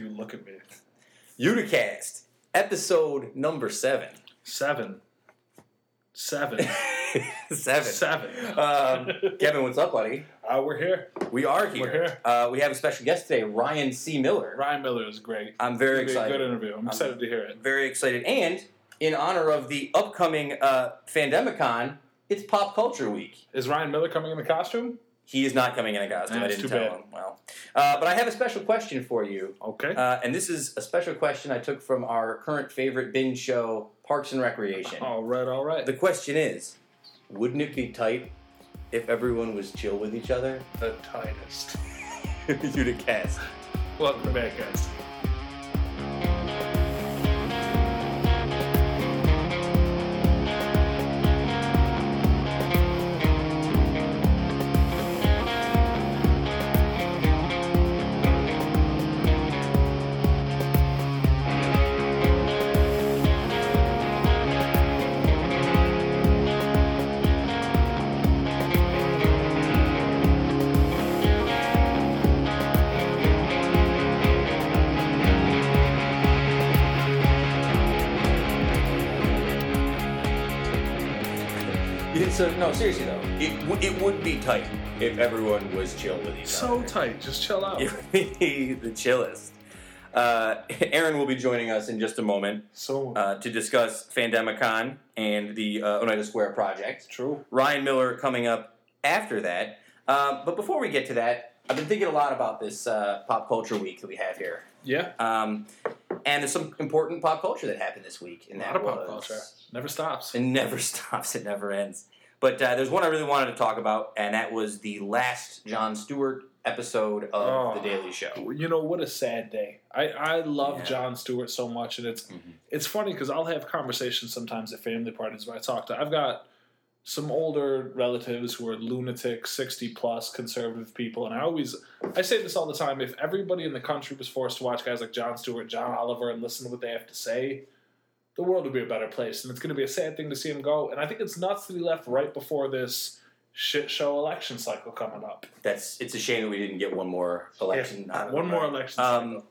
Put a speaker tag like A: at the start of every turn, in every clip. A: look at me.
B: Uticast, episode number seven.
A: Seven. Seven.
B: seven.
A: Seven.
B: Um, Kevin, what's up, buddy?
A: Uh, we're here.
B: We are here.
A: We're here.
B: Uh, we have a special guest today, Ryan C. Miller.
A: Ryan Miller is great.
B: I'm very
A: It'll be a
B: excited.
A: Good interview. I'm excited to hear it.
B: Very excited. And in honor of the upcoming uh, Fandemicon, it's Pop Culture Week.
A: Is Ryan Miller coming in the costume?
B: He is not coming in a costume. I
A: That's
B: didn't
A: too
B: tell
A: bad.
B: him. Well, uh, but I have a special question for you.
A: Okay.
B: Uh, and this is a special question I took from our current favorite binge show, Parks and Recreation.
A: all right, all right.
B: The question is, wouldn't it be tight if everyone was chill with each other?
A: The tightest.
B: you to cast.
A: Welcome back, guys.
B: Yeah, So no, seriously though, it, w- it would be tight if everyone was chill with each
A: So
B: other.
A: tight. Just chill out.
B: It would be the chillest. Uh, Aaron will be joining us in just a moment
A: So
B: uh, to discuss Fandemicon and the uh, Oneida Square project.
A: true.
B: Ryan Miller coming up after that. Um, but before we get to that, I've been thinking a lot about this uh, pop culture week that we have here.
A: Yeah.
B: Um, and there's some important pop culture that happened this week.
A: A
B: And that
A: lot of pop
B: was-
A: culture. Never stops.
B: It never stops, it never ends. But uh, there's one I really wanted to talk about, and that was the last John Stewart episode
A: Oh.
B: of The Daily Show.
A: You know what a sad day. I I love
B: Yeah.
A: John Stewart so much, and it's
B: Mhm.
A: it's funny because I'll have conversations sometimes at family parties where I talk to. I've got some older relatives who are lunatic, sixty plus conservative people, and I always I say this all the time. If everybody in the country was forced to watch guys like John Stewart, John Oliver, and listen to what they have to say. The world would be a better place, and it's going to be a sad thing to see him go. And I think it's nuts that he left right before this shit show election cycle coming up.
B: That's it's a shame that we didn't get one more election. out of the
A: One more
B: way.
A: election cycle.
B: Um,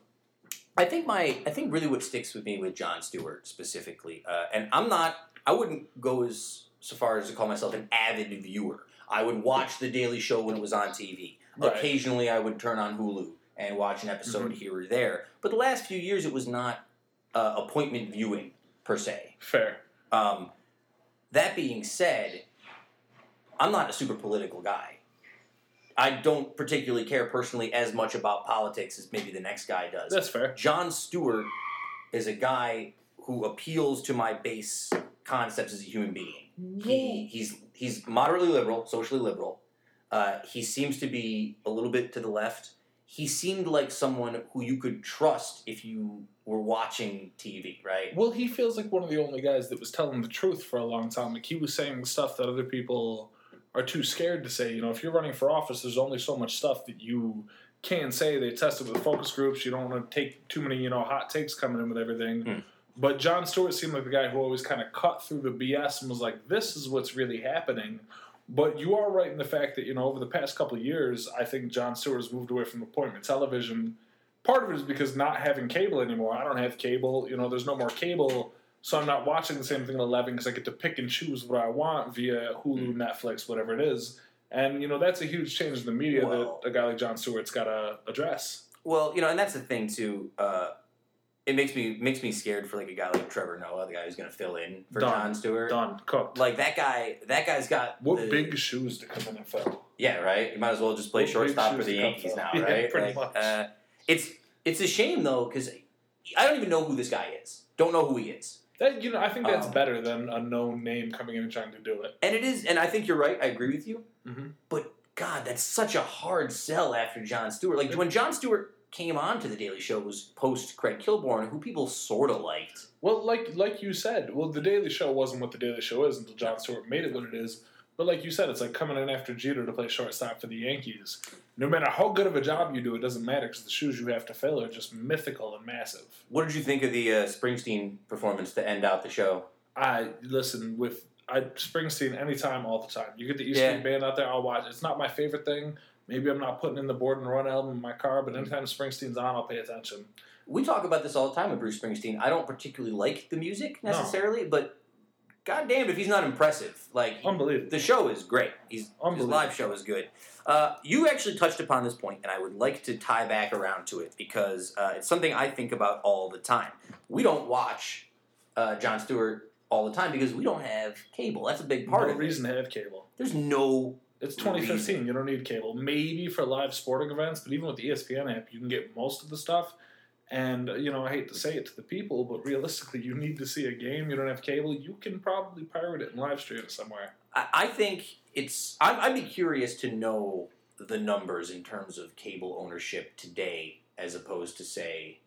B: I think my I think really what sticks with me with John Stewart specifically, uh, and I'm not I wouldn't go as so far as to call myself an avid viewer. I would watch The Daily Show when it was on TV.
A: Right.
B: Occasionally, I would turn on Hulu and watch an episode here or there. But the last few years, it was not uh, appointment viewing per se.
A: Fair.
B: Um, that being said, I'm not a super political guy. I don't particularly care personally as much about politics as maybe the next guy does.
A: That's fair.
B: John Stewart is a guy who appeals to my base concepts as a human being. He, he's he's moderately liberal, socially liberal. Uh, he seems to be a little bit to the left. He seemed like someone who you could trust if you were watching TV, right?
A: Well, he feels like one of the only guys that was telling the truth for a long time. Like he was saying stuff that other people are too scared to say. You know, if you're running for office, there's only so much stuff that you can say. They test it with focus groups. You don't want to take too many, you know, hot takes coming in with everything.
B: Hmm.
A: But John Stewart seemed like the guy who always kind of cut through the BS and was like, "This is what's really happening." But you are right in the fact that you know over the past couple of years, I think John Stewart has moved away from appointment television part of it is because not having cable anymore. I don't have cable. You know, there's no more cable, so I'm not watching the same thing at 11 because I get to pick and choose what I want via Hulu,
B: Hmm.
A: Netflix, whatever it is. And you know, that's a huge change in the media
B: Well-
A: that a guy like John Stewart's got to address.
B: Well, you know, and that's the thing too. Uh, it makes me makes me scared for like a guy like Trevor Noah, the guy who's going to fill in for
A: Done.
B: John Stewart.
A: Done, cooked.
B: Like that guy, that guy's got
A: What
B: the-
A: big shoes to come in and fill.
B: Yeah, right. You might as well just play
A: What big
B: shortstop for
A: shoes
B: the
A: to come
B: Yankees
A: from.
B: now,
A: Yeah,
B: right?
A: pretty
B: Like,
A: much.
B: Uh, it's it's a shame though because I don't even know who this guy is. Don't know who he is,
A: That you know, I think that's
B: Um,
A: better than a known name coming in and trying to do it.
B: and it is. And I think you're right. I agree with you.
A: Mhm.
B: But God, that's such a hard sell after John Stewart. Like when John Stewart came on to the Daily Show was post Craig Kilborn, who people sort of liked.
A: Well, like like you said, well, the Daily Show wasn't what the Daily Show is until John Stewart made it what it is. But like you said, it's like coming in after Jeter to play shortstop for the Yankees. No matter how good of a job you do, it doesn't matter because the shoes you have to fill are just mythical and massive.
B: What did you think of the uh, Springsteen performance to end out the show?
A: I listen with I Springsteen anytime, all the time. You get the East
B: Yeah.
A: Street Band out there, I'll watch. It's not my favorite thing. Maybe I'm not putting in the board and run album in my car, but anytime Springsteen's on, I'll pay attention.
B: we talk about this all the time with Bruce Springsteen. I don't particularly like the music
A: No.
B: necessarily, but goddamn if he's not impressive. Like
A: Unbelievable.
B: the show is great. He's his
A: Um, Unbelievable.
B: live show is good. Uh, you actually touched upon this point, and I would like to tie back around to it because uh, it's something I think about all the time. We don't watch uh, John Stewart all the time because we don't have cable. That's a big part
A: no
B: of it.
A: reason to have cable.
B: There's no
A: It's 2015. You don't need cable. Maybe for live sporting events, but even with the E ESPN app, you can get most of the stuff. And uh, you know, I hate to say it to the people, but realistically, you need to see a game. You don't have cable. You can probably pirate it and live stream it somewhere.
B: I, I think it's. I'm, I'd be curious to know the numbers in terms of cable ownership today, as opposed to say,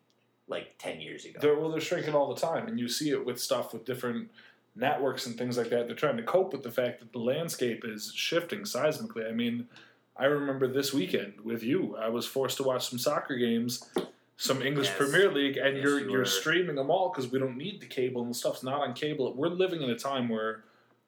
B: like ten years ago.
A: They're well, they're shrinking all the time, and you see it with stuff with different networks and things like that. They're trying to cope with the fact that the landscape is shifting seismically. I mean, I remember this weekend with you. I was forced to watch some soccer games, some English
B: Yes.
A: Premier League, and
B: Yes,
A: you're
B: you
A: you are
B: were.
A: streaming them all because we don't need the cable and the stuff's not on cable. We're living in a time where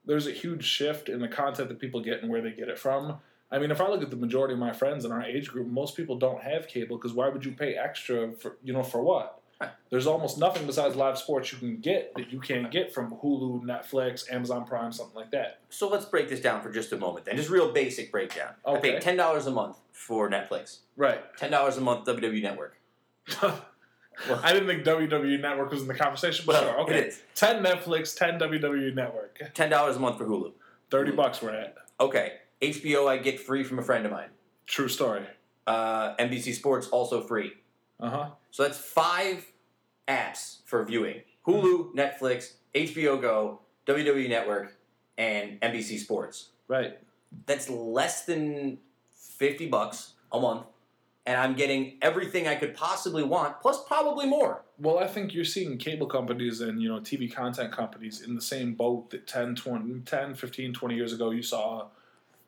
A: there's a huge shift in the content that people get and where they get it from. I mean, if I look at the majority of my friends in our age group, most people don't have cable because why would you pay extra for you know for what?
B: Right.
A: There's almost nothing besides live sports you can get that you can't get from Hulu, Netflix, Amazon Prime, something like that.
B: So let's break this down for just a moment, then. Just real basic breakdown. I pay
A: Okay.
B: ten dollars a month for Netflix.
A: Right.
B: Ten dollars a month WWE Network.
A: I didn't think WWE Network was in the conversation, but sure, okay.
B: it is
A: Ten Netflix, ten WWE Network,
B: ten dollars a month for Hulu.
A: thirty
B: Mm.
A: bucks we're at.
B: Okay, HBO I get free from a friend of mine.
A: True story.
B: Uh, NBC Sports also free.
A: Uh huh.
B: So that's five apps for viewing: Hulu, Netflix, HBO Go, WWE Network, and NBC Sports.
A: Right.
B: That's less than fifty bucks a month, and I'm getting everything I could possibly want, plus probably more.
A: Well, I think you're seeing cable companies and you know TV content companies in the same boat that 10, 20, 10 15, 20 years ago you saw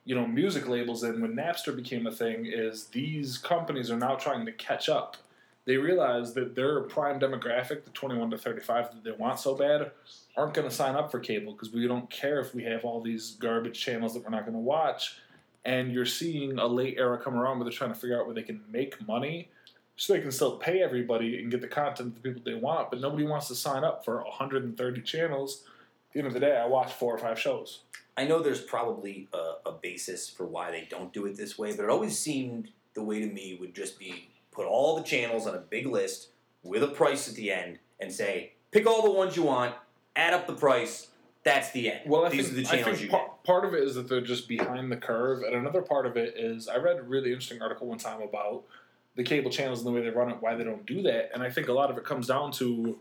A: you know music labels in when Napster became a thing is these companies are now trying to catch up. They realize that their prime demographic, the 21 to 35 that they want so bad, aren't going to sign up for cable because we don't care if we have all these garbage channels that we're not going to watch. And you're seeing a late era come around where they're trying to figure out where they can make money so they can still pay everybody and get the content that the people they want, but nobody wants to sign up for 130 channels. At the end of the day, I watch four or five shows.
B: I know there's probably a, a basis for why they don't do it this way, but it always seemed the way to me would just be put all the channels on a big list with a price at the end and say, pick all the ones you want, add up the price, that's the end.
A: Well, I
B: These
A: think,
B: are the channels
A: I think
B: you
A: par-
B: get.
A: part of it is that they're just behind the curve, and another part of it is I read a really interesting article one time about the cable channels and the way they run it, why they don't do that, and I think a lot of it comes down to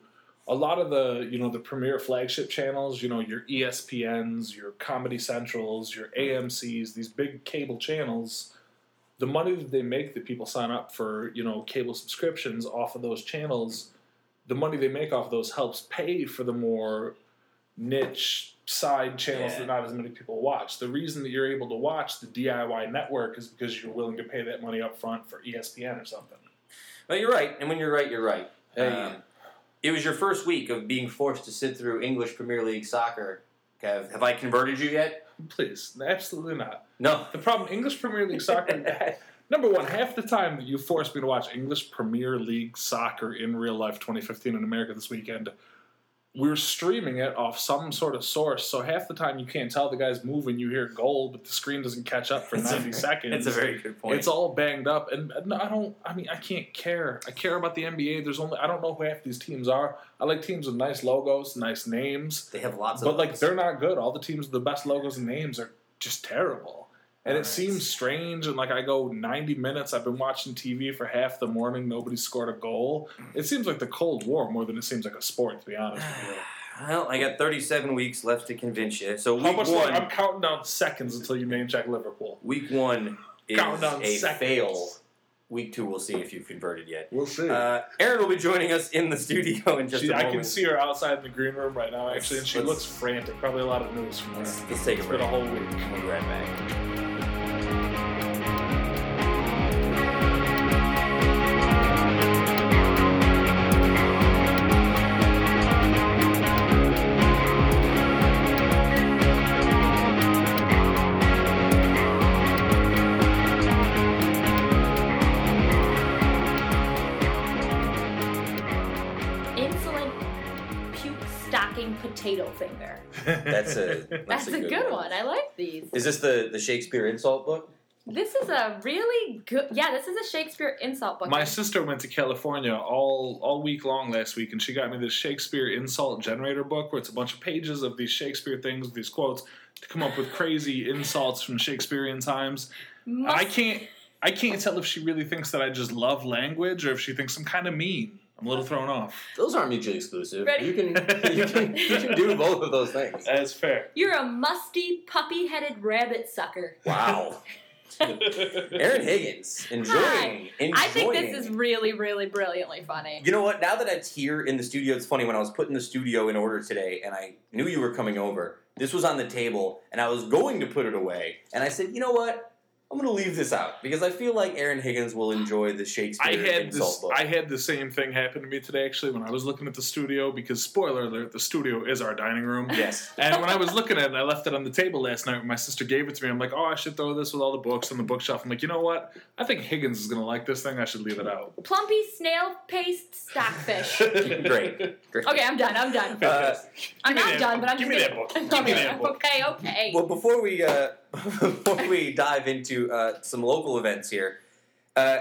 A: a lot of the you know the premier flagship channels, you know your E ESPNs, your Comedy Centrals, your AMC's, these big cable channels. The money that they make that people sign up for, you know, cable subscriptions off of those channels, the money they make off those helps pay for the more niche side channels
B: Yeah.
A: that not as many people watch. The reason that you're able to watch the DIY network is because you're willing to pay that money up front for E ESPN or something.
B: But you're right, and when you're right, you're right.
A: Hey.
B: Um, it was your first week of being forced to sit through English Premier League soccer. Kev, have I converted you yet?
A: Please, absolutely not.
B: No.
A: The problem, English Premier League soccer. number one, half the time that you forced me to watch English Premier League soccer in real life, 2015 in America this weekend. We're streaming it off some sort of source, so half the time you can't tell the guy's moving. You hear goal, but the screen doesn't catch up for
B: It's a-
A: ninety seconds.
B: That's a very good point.
A: It's all banged up, and and I don't. I mean, I can't care. I care about the NBA. There's only I don't know who half these teams are. I like teams with nice logos, nice names,
B: they have lots of
A: but like they're not good. All the teams with the best logos and names are just terrible. And
B: Right.
A: it seems strange. And like I go 90 minutes. I've been watching TV for half the morning. Nobody scored a goal. It seems like the Cold War more than it seems like a sport, to be honest. With
B: Well, I got 37 weeks left to convince you. So
A: you. How
B: week
A: much?
B: one,
A: I'm counting down seconds until you name check Liverpool.
B: week one is
A: Count down
B: a
A: seconds.
B: fail. Week two, we'll see if you've converted yet.
A: We'll see.
B: Uh, Aaron will be joining us in the studio in just
A: She,
B: a moment.
A: I can Hmm. see her outside in the green room right now, actually, and she
B: Let's-
A: looks frantic. Probably a lot of news from her.
B: Let's,
A: It's
B: let's take a
A: been
B: break.
A: a whole week.
B: We'll be right back.
C: stocking potato finger.
B: That's a that's,
C: That's, a, good, one. I like these.
B: Is this the the Shakespeare insult book?
C: This is a really good. Yeah, this is a Shakespeare insult book.
A: My sister went to California all all week long last week, and she got me this Shakespeare insult generator book, where it's a bunch of pages of these Shakespeare things, these quotes, to come up with crazy insults from Shakespearean times.
C: Must-
A: I can't I can't tell if she really thinks that I just love language or if she thinks I'm kind of mean. I'm a little thrown off.
B: Those aren't mutually exclusive.
C: Ready?
B: You can you can you can do both of those things.
A: That's fair.
C: You're a musty, puppy-headed rabbit sucker.
B: Wow. Aaron Higgins enjoying
C: Hi.
B: enjoying.
C: I think this is really, really brilliantly funny.
B: You know what? Now that it's here in the studio, it's funny. When I was putting the studio in order today, and I knew you were coming over, this was on the table, and I was going to put it away, and I said, you know what? I'm going to leave this out because I feel like Aaron Higgins will enjoy the Shakespeare
A: I had
B: insult
A: this.
B: book.
A: I had the same thing happen to me today actually when I was looking at the studio because spoiler alert, the studio is our dining room.
B: yes.
A: And when I was looking at it, I left it on the table last night when my sister gave it to me. I'm like, oh, I should throw this with all the books on the bookshelf. I'm like, you know what? I think Higgins is going to like this thing. I should leave it out.
C: Plumpy snail paste stockfish.
B: Great.
C: Okay, I'm done. I'm done.
B: Uh,
C: I'm
A: me
C: not
A: that-
C: done, but I'm
A: give
C: just
A: me that
C: gonna-
A: book. Give me that book.
C: Okay, okay.
B: Well, before we uh, before we dive into uh, some local events here, uh,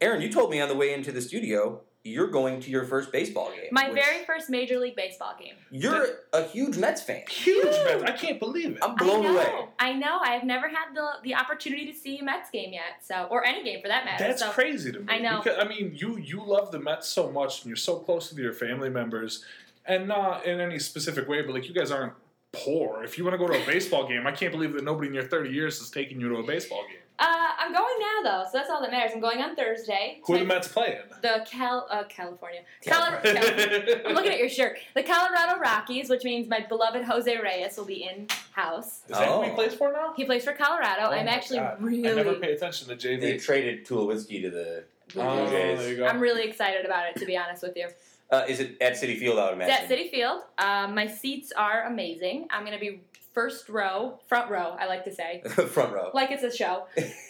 B: Aaron, you told me on the way into the studio you're going to your first baseball game.
C: My
B: which-
C: very first Major League Baseball game.
B: You're a huge Mets fan.
A: Huge, man. I can't believe it.
B: I'm blown
C: I know.
B: away.
C: I know. I have never had the the opportunity to see a Mets game yet, so or any game for that matter.
A: That's
C: so.
A: crazy to me.
C: I know.
A: Because, I mean, you you love the Mets so much, and you're so close with your family members, and not in any specific way, but like you guys aren't poor. If you want to go to a baseball game, I can't believe that nobody in your 30 years has taken you to a baseball game.
C: Uh, I'm going now though, so that's all that matters. I'm going on Thursday.
A: Who are the
C: Tonight-
A: Mets playing?
C: The Cal uh, California. Cali-
B: California.
C: California. I'm looking at your shirt. The Colorado Rockies, which means my beloved Jose Reyes will be in house.
A: Is that who he
B: Oh.
A: plays for now?
C: He plays for Colorado.
A: Oh
C: I'm
A: my
C: actually
A: God.
C: really
A: I never pay attention to
B: They
A: JV.
B: traded Tulowitzki to the. Blue
A: Oh,
B: Jays.
A: there you go.
C: I'm really excited about it to be honest with you.
B: Uh, is it at City Field? I would imagine.
C: It's at City Field. Um, my seats are amazing. I'm gonna be first row, front row. I like to say,
B: Front row.
C: like it's a show.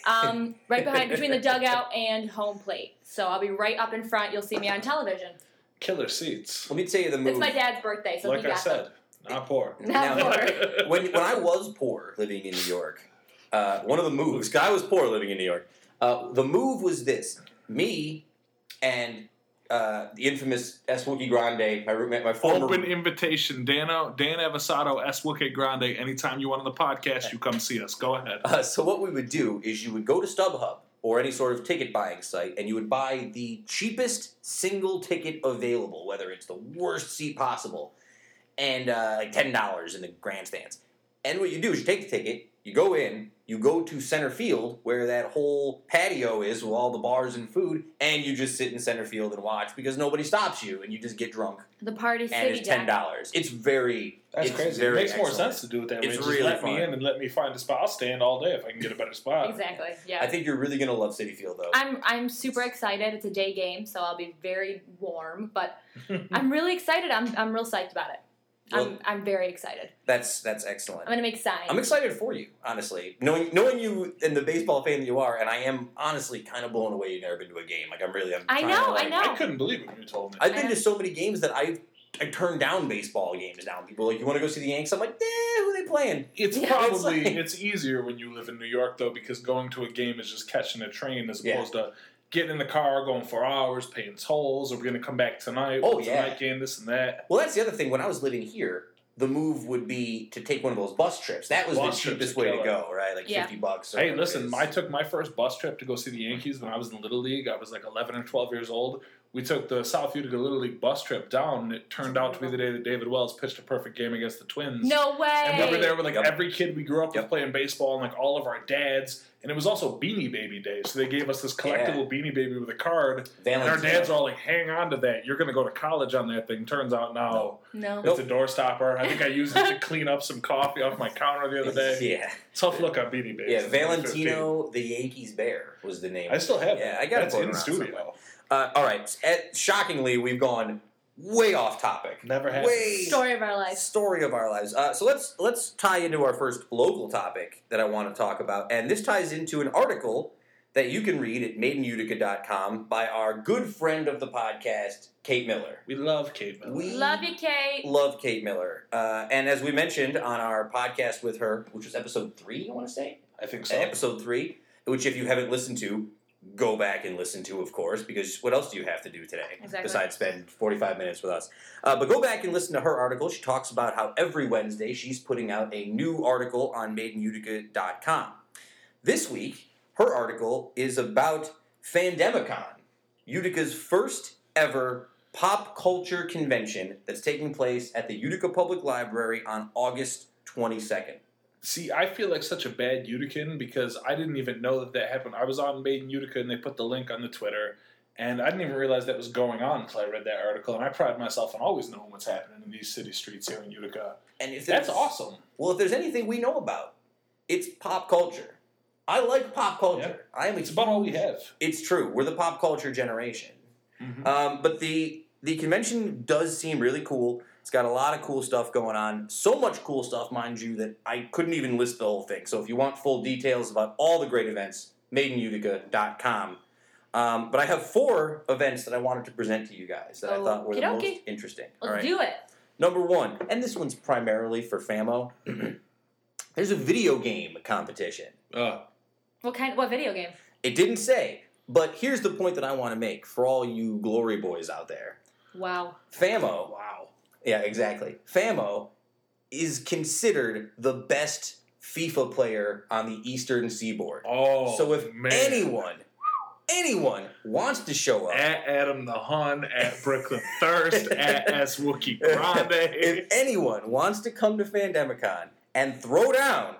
C: Um, right behind, between the dugout and home plate. So I'll be right up in front. You'll see me on television.
A: Killer seats.
B: Let me tell you the move.
C: It's my dad's birthday, so
A: Like
C: he
A: I
C: got
A: said, not poor.
C: Not
B: Now-
C: poor.
B: when, when I was poor living in New York, uh, one of the moves, 'cause I was poor living in New York, uh, the move was this me and uh, the infamous S. Wookie Grande, my roommate, my former.
A: Open invitation, Dano, Dan Avasado, S. Wicked Grande. Anytime you want on the podcast, you come see us. Go ahead.
B: Uh, so, what we would do is you would go to StubHub or any sort of ticket buying site and you would buy the cheapest single ticket available, whether it's the worst seat possible, and uh, like $10 in the grandstands. And what you do is you take the ticket, you go in, you go to center field where that whole patio is with all the bars and food, and you just sit in center field and watch because nobody stops you and you just get drunk
C: The party
B: and
C: city.
B: it's ten
C: Jack.
B: dollars. It's very
A: That's
B: it's
A: crazy.
B: Very
A: it makes more
B: excellent.
A: sense to do it that
B: It's
A: way. Just
B: really
A: let
B: fun.
A: me in and let me find a spot. I'll stand all day if I can get a better spot.
C: Exactly.
B: I
C: Yeah.
B: think you're really gonna love City Field though.
C: I'm I'm super excited. It's a day game, so I'll be very warm. But I'm really excited. I'm I'm real psyched about it. I'm
B: Well-
C: I'm very excited.
B: That's that's excellent.
C: I'm gonna make signs.
B: I'm excited for you, honestly. Knowing knowing you and the baseball fan that you are, and I am honestly kind of blown away you've never been to a game. Like I'm really, I'm.
C: I
B: trying
C: know,
B: to, like-
C: I know.
A: I couldn't believe it when you told me.
B: I've been
C: I
B: to
C: know.
B: so many games that I've I turned down baseball games now. People are like, you want to go see the Yanks? I'm like, eh, who they playing?
A: it's
C: Yeah,
B: it's
A: probably it's,
B: like-
A: easier when you live in New York though because going to a game is just catching a train as
B: Yeah.
A: opposed to getting in the car, going for hours, paying tolls, or we're gonna come back tonight.
B: Oh,
A: what's
B: yeah.
A: tonight game, this and that.
B: Well, that's the other thing. When I was living here, the move would be to take one of those bus trips. That was
A: Bus
B: the
A: trips
B: cheapest
A: are
B: way to
A: killer.
B: go, right? Like
C: Yeah.
B: fifty bucks. Or
A: hey,
B: whatever it
A: listen,
B: is.
A: I took my first bus trip to go see the Yankees when I was in Little League. I was like 11 or 12 years old. We took the South Utica Little League bus trip down, and it turned out to be the day that David Wells pitched a perfect game against the Twins.
C: no way.
A: And we were there with like
B: Yep.
A: every kid we grew up with
B: Yep.
A: playing baseball and like all of our dads. And it was also Beanie Baby Day. So they gave us this collectible Beanie Baby with a card.
B: Van
A: And our
B: Lantz-
A: dads are all like, hang on to that. You're going to go to college on that thing. Turns out now
C: no.
B: Nope.
A: it's a doorstopper. I think I used it to clean up some coffee off my counter the other day.
B: Yeah,
A: Tough look on Beanie Baby.
B: yeah. Valentino, the Yankees bear was the name.
A: I still have
B: Yeah,
A: that.
B: I got it
A: That's
B: floating
A: in
B: around
A: studio.
B: somewhere. Uh, all right. At, shockingly, we've gone way off topic.
A: Never happened.
B: Way
C: Story of our life.
B: story of our lives. Uh, so let's let's tie into our first local topic that I want to talk about, and this ties into an article that you can read at maidenutica.com by our good friend of the podcast, Kate Miller.
A: We love Kate Miller.
B: We-
C: Love you, Kate.
B: Love Kate Miller. Uh, and as we mentioned on our podcast with her, which was episode three, I want to say,
A: I think so.
B: episode three, which if you haven't listened to, go back and listen to, of course, because what else do you have to do today
C: Exactly.
B: besides spend 45 minutes with us? Uh, but go back and listen to her article. She talks about how every Wednesday she's putting out a new article on maidenutica.com. This week, her article is about Fandemicon, Utica's first ever pop culture convention that's taking place at the Utica Public Library on August 22nd.
A: See, I feel like such a bad Utican because I didn't even know that that happened. I was on Made in Utica and they put the link on the Twitter, and I didn't even realize that was going on until I read that article. And I pride myself on always knowing what's happening in these city streets here in Utica.
B: And if
A: That's
B: there's-
A: awesome.
B: Well, if there's anything we know about, it's pop culture. I like pop culture. I am. A,
A: It's about all we have.
B: it's true. We're the pop culture generation.
A: Mm-hmm.
B: Um, but the the convention does seem really cool. It's got a lot of cool stuff going on. So much cool stuff, mind you, that I couldn't even list the whole thing. So if you want full details about all the great events, maidenutica.com. Um, but I have four events that I wanted to present to you guys that I thought were the most
C: Oh, Okey-dokey.
B: interesting. all
C: Let's
B: right.
C: do it.
B: Number one, and this one's primarily for FAMO. There's a video game competition.
A: Uh,
C: What kind? What video game?
B: It didn't say, but here's the point that I want to make for all you glory boys out there.
C: Wow.
B: FAMO,
A: wow.
B: yeah, exactly. FAMO is considered the best FIFA player on the Eastern Seaboard.
A: Oh,
B: so if
A: man.
B: anyone, anyone wants to show up,
A: at Adam the Hun, at Brooklyn Thirst, at S Wookie
B: if
A: Grande.
B: anyone wants to come to Fandemicon and throw down,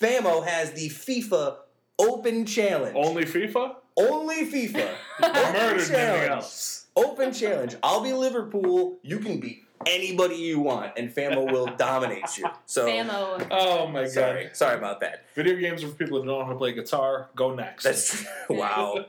B: FAMO has the FIFA Open Challenge.
A: Only FIFA?
B: Only FIFA.
A: Murdered
B: Open
A: anything
B: Challenge.
A: else.
B: Open Challenge. I'll be Liverpool. You can be anybody you want, and FAMO will dominate you. So.
C: Famo.
A: Oh my
B: Sorry,
A: god.
B: sorry about that.
A: Video games are for people that don't know how to play guitar. Go next.
B: That's wow.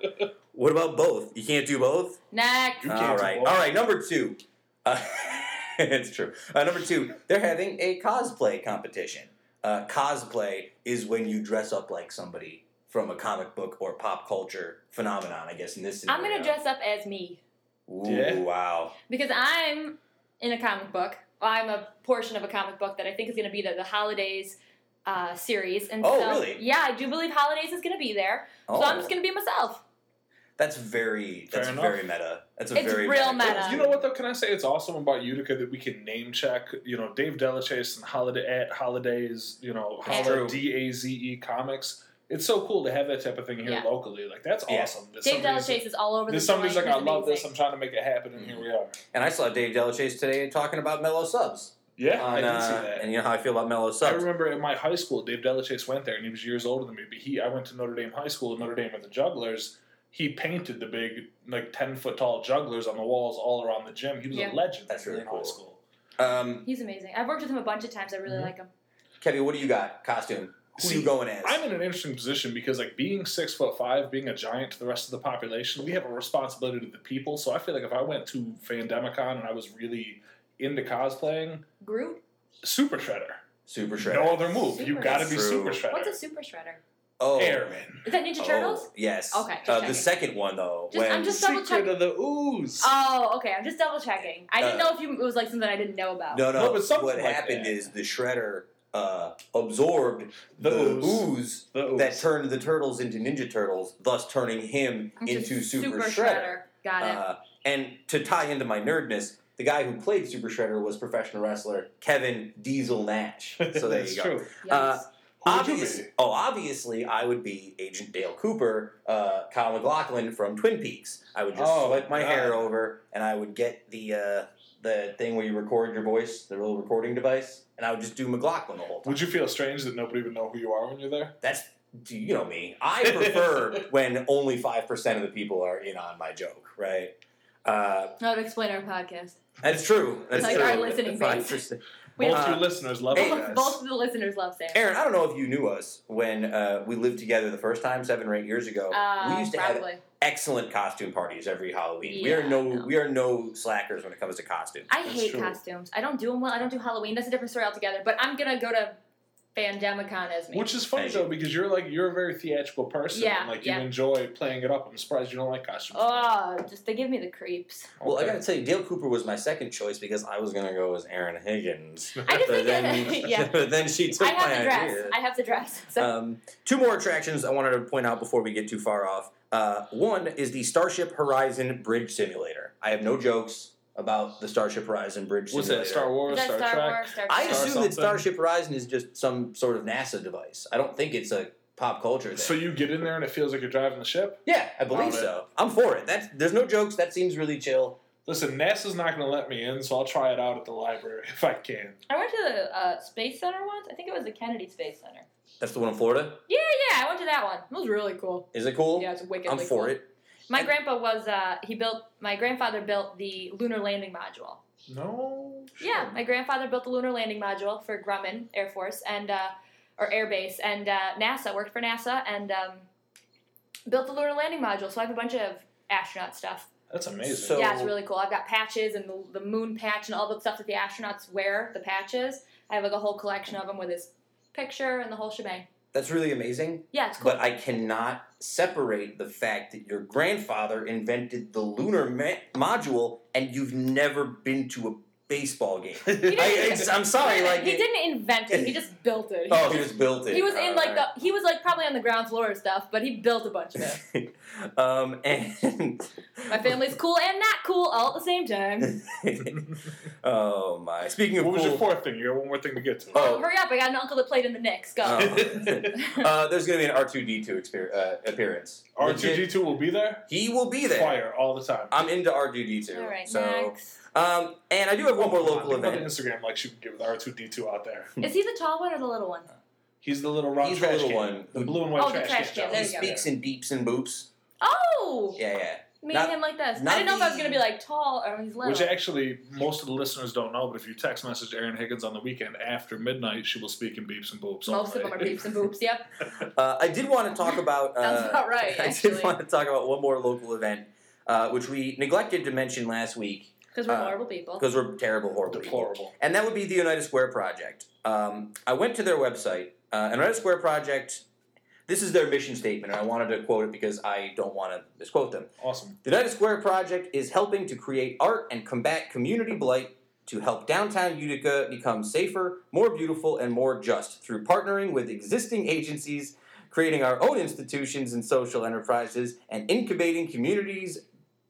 B: What about both? You can't do both.
C: Next.
A: You can't
B: All
A: do
B: right,
A: both.
B: all right. Number two, uh, it's true. Uh, number two, they're having a cosplay competition. Uh, cosplay is when you dress up like somebody from a comic book or pop culture phenomenon. I guess in this,
C: I'm
B: scenario.
C: gonna dress up as me
B: Ooh,
A: Yeah.
B: Wow.
C: because I'm in a comic book. I'm a portion of a comic book that I think is gonna be the, the holidays uh, series. And
B: Oh,
C: so,
B: really?
C: Yeah, I do believe holidays is gonna be there.
B: Oh,
C: So I'm just gonna be myself.
B: that's very.
A: Fair
B: That's
A: enough.
B: very meta. That's a
C: It's
B: very
C: real meta.
A: You know what though? Can I say it's awesome about Utica that we can name check? You know, Dave Delachase and Holiday at Holidays. You know,
C: That's
A: Holiday
B: true.
A: D A Z E Comics. It's so cool to have that type of thing here
C: Yeah.
A: locally. Like that's
B: Yeah.
A: awesome. That
C: Dave
A: somebody's-
C: Delachase is all over
A: That
C: the joint.
A: somebody's like,
C: He's
A: I love this.
C: amazing.
A: I'm trying to make it happen, and here we are.
B: And I saw Dave Delachase today talking about Mellow Subs.
A: Yeah,
B: on,
A: I did see
B: uh,
A: that.
B: And you know how I feel about Mellow
A: I
B: Subs.
A: remember at my high school, Dave Delachase went there, and he was years older than me. But he, I went to Notre Dame High School, and Notre Dame are the jugglers. He painted the big, like ten foot tall jugglers on the walls all around the gym. He was a
C: Yeah.
A: legend.
B: That's
A: here
B: really
A: in
B: cool.
A: high school.
B: Um,
C: He's amazing. I've worked with him a bunch of times. I really
B: Mm-hmm.
A: Mhm.
C: like him.
B: Kevin, what do you got? Costume. Who
A: See,
B: you going as?
A: I'm in an interesting position because, like, being six foot five, being a giant to the rest of the population, we have a responsibility to the people. So I feel like if I went to Fandemicon and I was really into cosplaying,
C: Groot.
A: Super Shredder.
B: Super Shredder.
A: No other move.
C: Super
A: you got to
B: Shredder.
A: be
B: True.
A: Super Shredder.
C: What's a super shredder?
B: oh.
A: Airman.
C: Is that Ninja
B: Oh,
C: Turtles?
B: yes.
C: Okay, just
B: Uh, the
C: checking.
B: second one though.
C: Just-
B: when,
C: I'm just- double check-
A: Secret of the Ooze.
C: Oh, okay. I'm just double checking. I didn't
B: Uh,
C: know if you, it was like something I didn't know about.
B: no, no.
A: No, but something
B: what
A: like
B: happened
A: that.
B: is the Shredder uh, absorbed
A: the, ooze.
B: ooze
A: The ooze.
B: that turned the turtles into Ninja Turtles, thus turning him
C: I'm just
B: into Super,
C: Got it.
B: Uh, and to tie into my nerdness, the guy who played Super Shredder was professional wrestler Kevin Diesel Nash. So there
A: That's
B: you go.
A: True.
B: uh,
C: Yes.
A: Who would you
B: Obvious-
A: be?
B: oh, obviously, I would be Agent Dale Cooper, uh, Kyle McLaughlin from Twin Peaks. I would just
A: Oh,
B: swipe my
A: God.
B: hair over, and I would get the uh, the thing where you record your voice, the little recording device, and I would just do McLaughlin the whole time.
A: Would you feel strange that nobody would know who you are when you're there?
B: That's do you know me? I prefer when only five percent of the people are in on my joke, right? Uh,
C: that would explain our podcast.
B: that's true. That's
C: Like
B: true.
C: our listening base.
B: 5%.
C: We
A: Both
B: Uh,
A: your listeners love
B: hey,
A: you
C: both,
A: guys.
C: both of the listeners love Sam.
B: Aaron, I don't know if you knew us when uh, we lived together the first time seven or eight years ago.
C: Uh,
B: we used to have
C: probably.
B: excellent costume parties every Halloween. we are
C: Yeah,
B: no,
C: no.
B: we are no slackers when it comes to costumes.
C: I
A: That's
C: hate
A: true.
C: costumes. I don't do them well. I don't do Halloween. That's a different story altogether. But I'm gonna go to Fandemicon as me.
A: Which is funny
B: Thank
A: though,
B: you.
A: because you're like you're a very theatrical person.
C: Yeah,
A: and, like
C: yeah.
A: you enjoy playing it up. I'm surprised you don't like costumes.
C: oh, just they give me the creeps.
B: Well, I
A: Okay.
B: gotta tell you, Dale Cooper was my second choice because I was gonna go as Aaron Higgins.
C: I
B: But
C: just think that-
B: then,
C: yeah.
B: but then she took
C: I have
B: my
C: the dress.
B: idea.
C: I have the dress. So
B: Um, two more attractions I wanted to point out before we get too far off. Uh, one is the Starship Horizon Bridge Simulator. I have no jokes about the Starship Horizon Bridge
A: What's
B: Simulator.
A: that? Star Wars,
C: is
A: Star,
C: that Star
A: Trek.
C: Wars, Star
B: Uh, I
C: Trek?
A: Star
B: assume that
A: something?
B: Starship Horizon is just some sort of NASA device. I don't think it's a pop culture thing.
A: So you get in there and it feels like you're driving the ship.
B: yeah, I
A: Love
B: believe
A: it.
B: so. I'm for it. That's there's no jokes. That seems really chill.
A: Listen, NASA's not going to let me in, so I'll try it out at the library if I can.
C: I went to the uh, Space Center once. I think it was the Kennedy Space Center.
B: That's the one in Florida.
C: Yeah, yeah, I went to that one. It was really cool.
B: Is it cool?
C: Yeah, it's wicked.
B: I'm for
C: cool.
B: it.
C: My grandpa was uh he built my grandfather built the lunar landing module.
A: No.
C: Yeah,
A: shit.
C: my grandfather built the lunar landing module for Grumman Air Force and uh, or Air Base and uh, NASA worked for NASA and um, built the lunar landing module. So I have a bunch of astronaut stuff.
A: That's amazing.
B: So-
C: yeah, it's really cool. I've got patches and the, the moon patch and all the stuff that the astronauts wear. The patches. I have like a whole collection of them with his picture and the whole shebang.
B: That's really amazing.
C: Yeah, it's cool.
B: But I cannot separate the fact that your grandfather invented the lunar ma- module and you've never been to a baseball game. I, it's- I'm sorry, like
C: he
B: it-
C: didn't invent it. He just built it.
B: oh, he just built it.
C: He was in like the he was like probably on the ground floor and stuff, but he built a bunch of it.
B: the. um and
C: My family's cool and not cool all at the same time.
B: oh my! Speaking of
A: what was
B: cool,
A: your fourth thing? You got one more thing to get to.
C: Oh, hurry up! I got an uncle that played in the Knicks. Go.
B: Oh. uh, there's gonna be an R two D two uh, appearance.
A: R two D two will be there.
B: He will be there.
A: Fire all the time.
B: I'm into R two D two.
C: all right,
B: So,
C: next.
B: um, and I do have one
A: Come
B: more
A: on,
B: local
A: look on
B: event.
A: Instagram like she would give with R two D two out there.
C: Is he the tall one or the little one?
A: He's the little round
B: He's the
A: trash
B: little
A: can.
B: one
A: the
B: who-
A: blue and white
C: Oh, the
A: trash,
C: trash can.
A: down
B: He
C: There you go.
B: speaks in beeps and boops.
C: Oh,
B: Yeah, yeah.
C: me
B: uh, Not-
C: and him like this.
B: not
C: I didn't know if I was
B: the-
C: gonna be like tall or he's little.
A: Which actually, most of the listeners don't know, but if you text message Erin Higgins on the weekend after midnight, she will speak in beeps and boops. all
C: Most of them
A: night.
C: are beeps and boops. Yep,
B: Uh, I did want to talk about. Uh,
C: Sounds about right,
B: I
C: actually.
B: did want to talk about one more local event, uh, which we neglected to mention last week
C: because we're
B: Uh,
C: horrible people.
B: because we're terrible, horrible people.
A: Deplorable.
B: And that would be the United Square Project. Um, I went to their website, uh, and United Square Project. This is their mission statement, and I wanted to quote it because I don't want to misquote them.
A: Awesome.
B: The United Square Project is helping to create art and combat community blight to help downtown Utica become safer, more beautiful, and more just through partnering with existing agencies, creating our own institutions and social enterprises, and incubating communities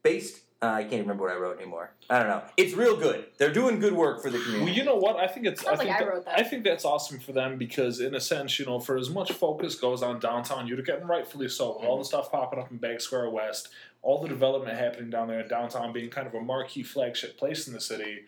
B: based. Uh, I can't remember what I wrote anymore. I don't know. It's real good. They're doing good work for the
A: Well,
B: community.
A: you know what? I think it's. I
C: Sounds
A: think,
C: like I
A: that-
C: wrote
A: I
C: that.
A: think that's awesome for them because, in a sense, you know, for as much focus goes on downtown Utica, and rightfully so, with all the stuff popping up in Bag Square West, all the development happening down there in downtown being kind of a marquee flagship place in the city.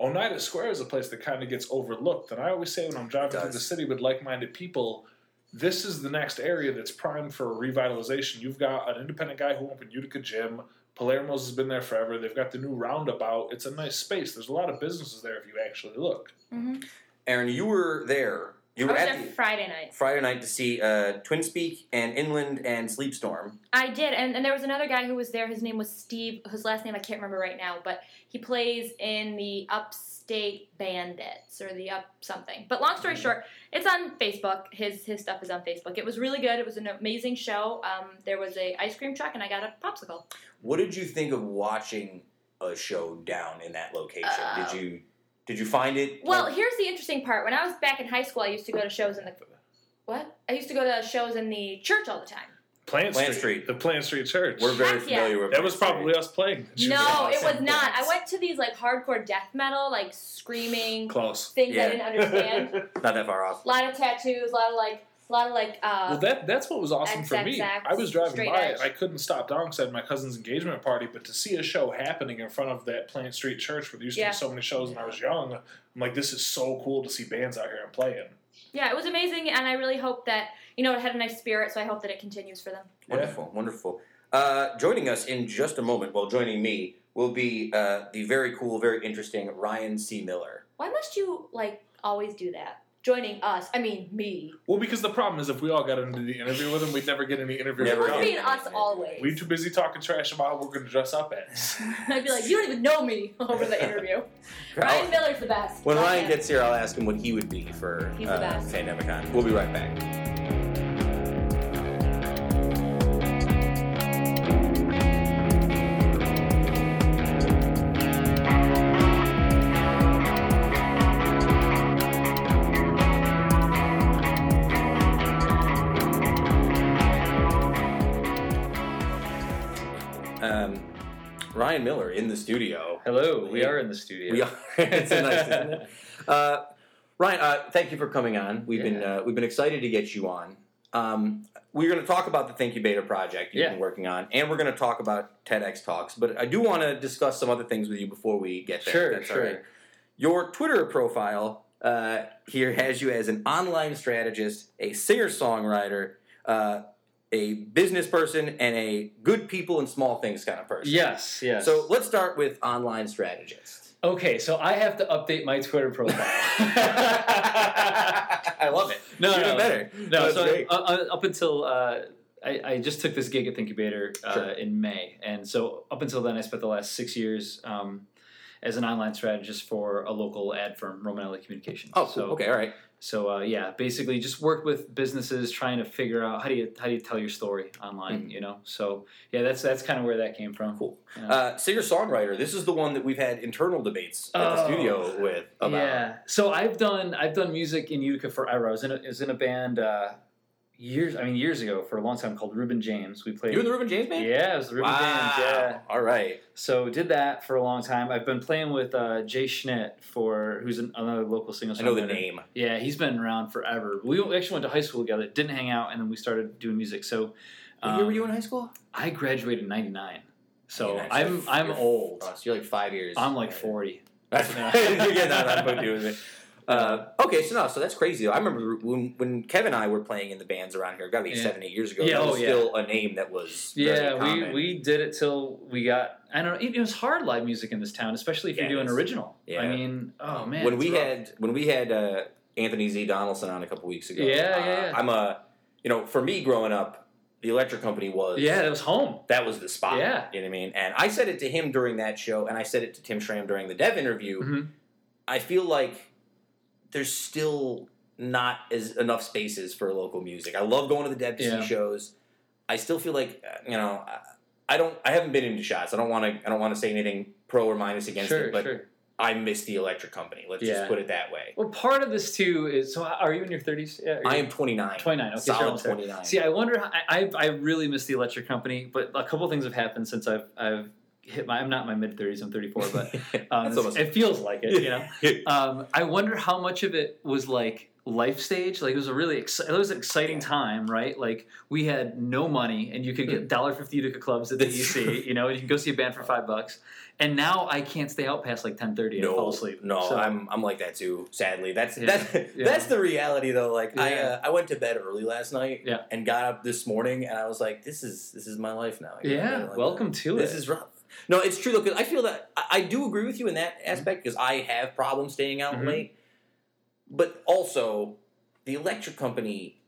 A: Oneida Square is a place that kind of gets overlooked. And I always say when I'm driving through
B: does.
A: the city with like minded people, this is the next area that's primed for revitalization. You've got an independent guy who opened Utica Gym. Palermo's has been there forever. They've got the new roundabout. It's a nice space. There's a lot of businesses there if you actually look.
C: Mhm.
B: Aaron, you were there. You
C: I
B: were
C: was
B: at
C: there
B: the
C: Friday night.
B: Friday night to see uh, Twin Speak and Inland and Sleepstorm.
C: I did, and, and there was another guy who was there. His name was Steve. His last name I can't remember right now, but he plays in the Upstate Bandits or the Up something. But long story short, it's on Facebook. His his stuff is on Facebook. It was really good. It was an amazing show. Um, there was a ice cream truck, and I got a popsicle.
B: What did you think of watching a show down in that location?
C: Uh,
B: did you did you find it?
C: Well,
B: like-
C: here's the interesting part. When I was back in high school, I used to go to shows in the what? I used to go to shows in the church all the time.
A: Plant,
B: Plant
A: Street,
B: Street.
A: the Plant Street Church.
B: we're very
C: Heck yeah.
B: familiar with
A: that was
B: Plant
A: probably us playing.
C: No, it was
B: Awesome.
C: not. I went to these like hardcore death metal, like screaming
A: close.
C: things
B: Yeah.
C: I didn't understand.
B: Street. not that far off.
C: lot of tattoos, a lot of like, a lot of like, uh,
A: Well, that that's what was awesome for me.
C: XXX,
A: I was driving
C: straight
A: by
C: edge.
A: it. I couldn't stop down because I had my cousin's engagement party. But to see a show happening in front of that Plant Street Church where there used to
C: Yeah.
A: be so many shows when I was young, I'm like, this is so cool to see bands out here and playing.
C: yeah, it was amazing, and I really hope that you know it had a nice spirit, so I hope that it continues for them.
B: Wonderful, wonderful. Uh, joining us in just a moment, well, joining me will be uh, the very cool, very interesting Ryan C. Miller.
C: Why must you like always do that? joining us. I mean, me.
A: Well, because the problem is if we all got into the interview with him, we'd never get any interview.
B: Never
C: It must
A: with
B: get-
A: him.
C: be an us always.
A: We too busy talking trash about how we're going to dress up as.
C: I'd be like, you don't even know me over the interview.
B: Oh,
C: Ryan Miller's the best.
D: When Ryan
C: Okay.
D: gets here, I'll ask him what he would be for
C: Oh, He's the
D: uh,
C: best.
D: Pandemicon. We'll be right back.
B: Um,
D: Ryan Miller in the studio.
E: Hello, we
D: Hey.
E: are in the studio.
B: We are. it's a nice, isn't it? Uh, Ryan, uh, thank you for coming on. We've been uh, we've been excited to get you on. Um, we're going to talk about the Think You Beta project you've
E: Yeah.
B: been working on, and we're going to talk about TEDx talks. But I do want to discuss some other things with you before we get there. if
E: Sure,
B: that's all
E: sure.
B: right. Your Twitter profile uh, here has you as an online strategist, a singer songwriter, uh, a business person, and a good people and small things kind of person.
E: Yes, yes.
B: So let's start with online strategist.
E: okay, so I have to update my Twitter profile.
B: I love it.
E: no,
B: Even
E: no,
B: better.
E: No,
B: That's
E: so
B: great.
E: uh, uh, up until uh, I, I just took this gig at Thinkubator uh,
B: Sure.
E: in May, and so up until then, I spent the last six years um, as an online strategist for a local ad firm, Romanelli Communications.
B: Oh, cool.
E: so,
B: okay, all right.
E: So uh, yeah, basically just work with businesses trying to figure out how do you how do you tell your story online, you know? So yeah, that's that's kind of where that came from.
B: Mm-hmm. Cool.
E: Yeah.
B: Uh, singer songwriter. This is the one that we've had internal debates at the
E: Oh.
B: studio with about.
E: Yeah. So I've done I've done music in Utica forever. I was in a, I was in a band uh, years I mean years ago for a long time called Reuben James. We played.
B: You and the Ruben James band?
E: Yeah, it was the Reuben
B: wow.
E: James. Yeah.
B: All right.
E: So did that for a long time. I've been playing with uh, Jay Schnitt for who's an, another local singer.
B: I know the name.
E: Yeah, he's been around forever. We actually went to high school together. Didn't hang out, and then we started doing music. So
B: What year were
E: um,
B: you in high school?
E: I graduated in '99. So
B: Yeah,
E: I'm
B: you're-
E: I'm
B: you're-
E: old.
B: oh, so you're like five years.
E: I'm like 40.
B: That's you're getting out of that with me. Uh, okay, so no, so that's crazy. Though. I remember when, when Kevin and I were playing in the bands around here. Got to be
E: Yeah.
B: seven, eight years ago.
E: Yeah,
B: that
E: oh,
B: was
E: yeah.
B: still a name that was very
E: Yeah, we,
B: common.
E: we did it till we got. I don't know. It, it was hard live music in this town, especially if
B: Yeah,
E: you're doing
B: it is.
E: original. I
B: Yeah.
E: mean, oh man.
B: when
E: it's
B: we
E: rough.
B: had when we had uh, Anthony Z Donaldson on a couple weeks ago.
E: Yeah,
B: uh,
E: yeah, yeah.
B: I'm a you know for me growing up, the electric company was
E: Yeah, that was home.
B: that was the spot.
E: Yeah.
B: you know what I mean. And I said it to him during that show, and I said it to Tim Schramm during the Dev interview.
E: Mhm.
B: I feel like there's still not as enough spaces for local music. I love going to the Dev to
E: Yeah.
B: see shows. I still feel like uh, you know I, I don't I haven't been into shots. I don't want to I don't want to say anything pro or minus against
E: Sure,
B: it, but
E: sure.
B: I miss the electric company. Let's
E: Yeah.
B: just put it that way.
E: Well, part of this too is so. Are you in your 30s? Yeah,
B: I
E: you're-
B: am 29.
E: 29. Okay, sure,
B: Solid
E: I'm sorry.
B: 29.
E: See, I wonder. How, I I- I really miss the electric company, but a couple things have happened since I've I've hit my. I'm not in my mid 30s. I'm 34, but um,
B: That's almost-
E: it feels like it. You know. um, I wonder how much of it was like life stage. Like it was a really ex- it was an exciting time, right? Like we had no money, and you could get dollar fifty Utica clubs at the
B: Mm. That's true.
E: UC. You know, and you can go see a band for five bucks. And now I can't stay out past like ten thirty and fall
B: no,
E: asleep.
B: no,
E: So-
B: I'm I'm like that too. Sadly, that's
E: Yeah,
B: that's
E: yeah.
B: that's the reality though. Like I
E: Yeah.
B: uh, I went to bed early last night
E: Yeah.
B: and got up this morning and I was like, this is this is my life now. I gotta
E: yeah.
B: go like
E: welcome
B: that.
E: to
B: This
E: it.
B: is rough. No, it's true though because I feel that I, I do agree with you in that
E: Mm-hmm.
B: aspect because I have problems staying out
E: Mhm.
B: late, but also the electric company.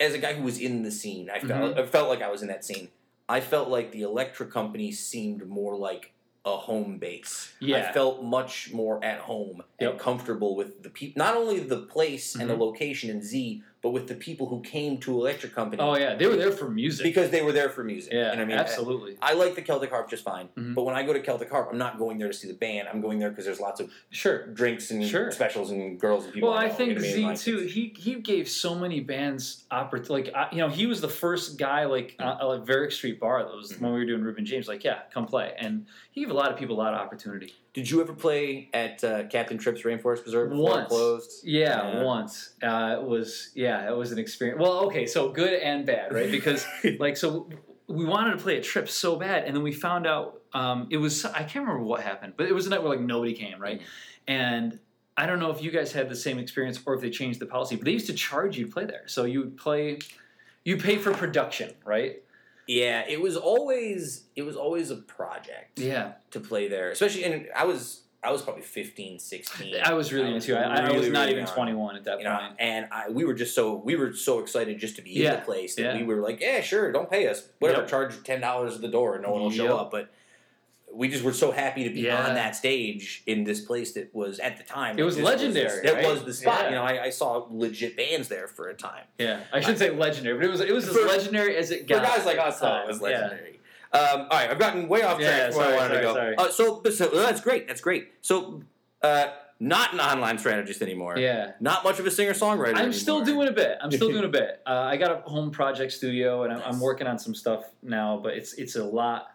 B: As a guy who was in the scene, I felt
E: Mm-hmm.
B: I felt like I was in that scene. I felt like the electric company seemed more like a home base.
E: Yeah.
B: I felt much more at home
E: Yep.
B: and comfortable with the people, not only the place and the
E: Mhm.
B: location in Z, but with the people who came to Electric Company
E: oh yeah, they were there for music.
B: because they were there for music.
E: yeah,
B: and I mean,
E: absolutely.
B: I, I like the Celtic Harp just fine,
E: Mhm.
B: but when I go to Celtic Harp, I'm not going there to see the band. I'm going there because there's lots of
E: sure.
B: drinks and
E: Sure.
B: specials and girls and people.
E: Well,
B: I,
E: I
B: know, you
E: think
B: know what I
E: Z
B: mean? Like,
E: too.
B: it's-
E: He he gave so many bands oppor- like I, you know he was the first guy like
B: Hmm.
E: uh, uh, like Varick Street Bar that was
B: Mhm.
E: when we were doing Reuben James like yeah come play and he gave a lot of people a lot of opportunity.
B: Did you ever play at uh, Captain Tripp's Rainforest Preserve before
E: Once.
B: it closed?
E: Yeah,
B: Yeah.
E: once uh, it was yeah it was an experience. Well, okay, so good and bad, right? Because like so we wanted to play a trip so bad, and then we found out um, it was I can't remember what happened, but it was a night where like nobody came, right?
B: Mhm.
E: And I don't know if you guys had the same experience or if they changed the policy, but they used to charge you to play there, so you would play. You pay for production, right?
B: yeah, it was always it was always a project.
E: Yeah.
B: to play there, especially. And I was I was probably 15, 16.
E: I was really
B: I was
E: into it. I, I was
B: really,
E: not
B: really
E: even
B: young.
E: 21 at that
B: you know,
E: point.
B: and I, we were just so we were so excited just to be in
E: Yeah,
B: the place that
E: yeah.
B: we were like, yeah, sure, don't pay us, whatever,
E: Yep.
B: charge ten dollars at the door, no one will
E: Yep.
B: show up. But we just were so happy to be
E: Yeah.
B: on that stage in this place that was at the time
E: It was
B: this
E: legendary,
B: That
E: right?
B: was the spot.
E: Yeah.
B: You know, I, I saw legit bands there for a time.
E: Yeah, I shouldn't say legendary, but it was it was as
B: For-
E: legendary as it
B: For
E: got.
B: guys like us, though, it was
E: Yeah.
B: legendary. Um, all right, I've gotten way off track
E: Yeah,
B: from where
E: sorry,
B: I wanted to
E: sorry,
B: go. Uh, so, so that's great. That's great. So, uh, not an online strategist anymore.
E: Yeah.
B: Not much of a singer songwriter.
E: I'm still doing a bit. I'm still doing a bit. Uh, I got a home project studio, and I'm, I'm
B: Nice.
E: working on some stuff now, but it's it's a lot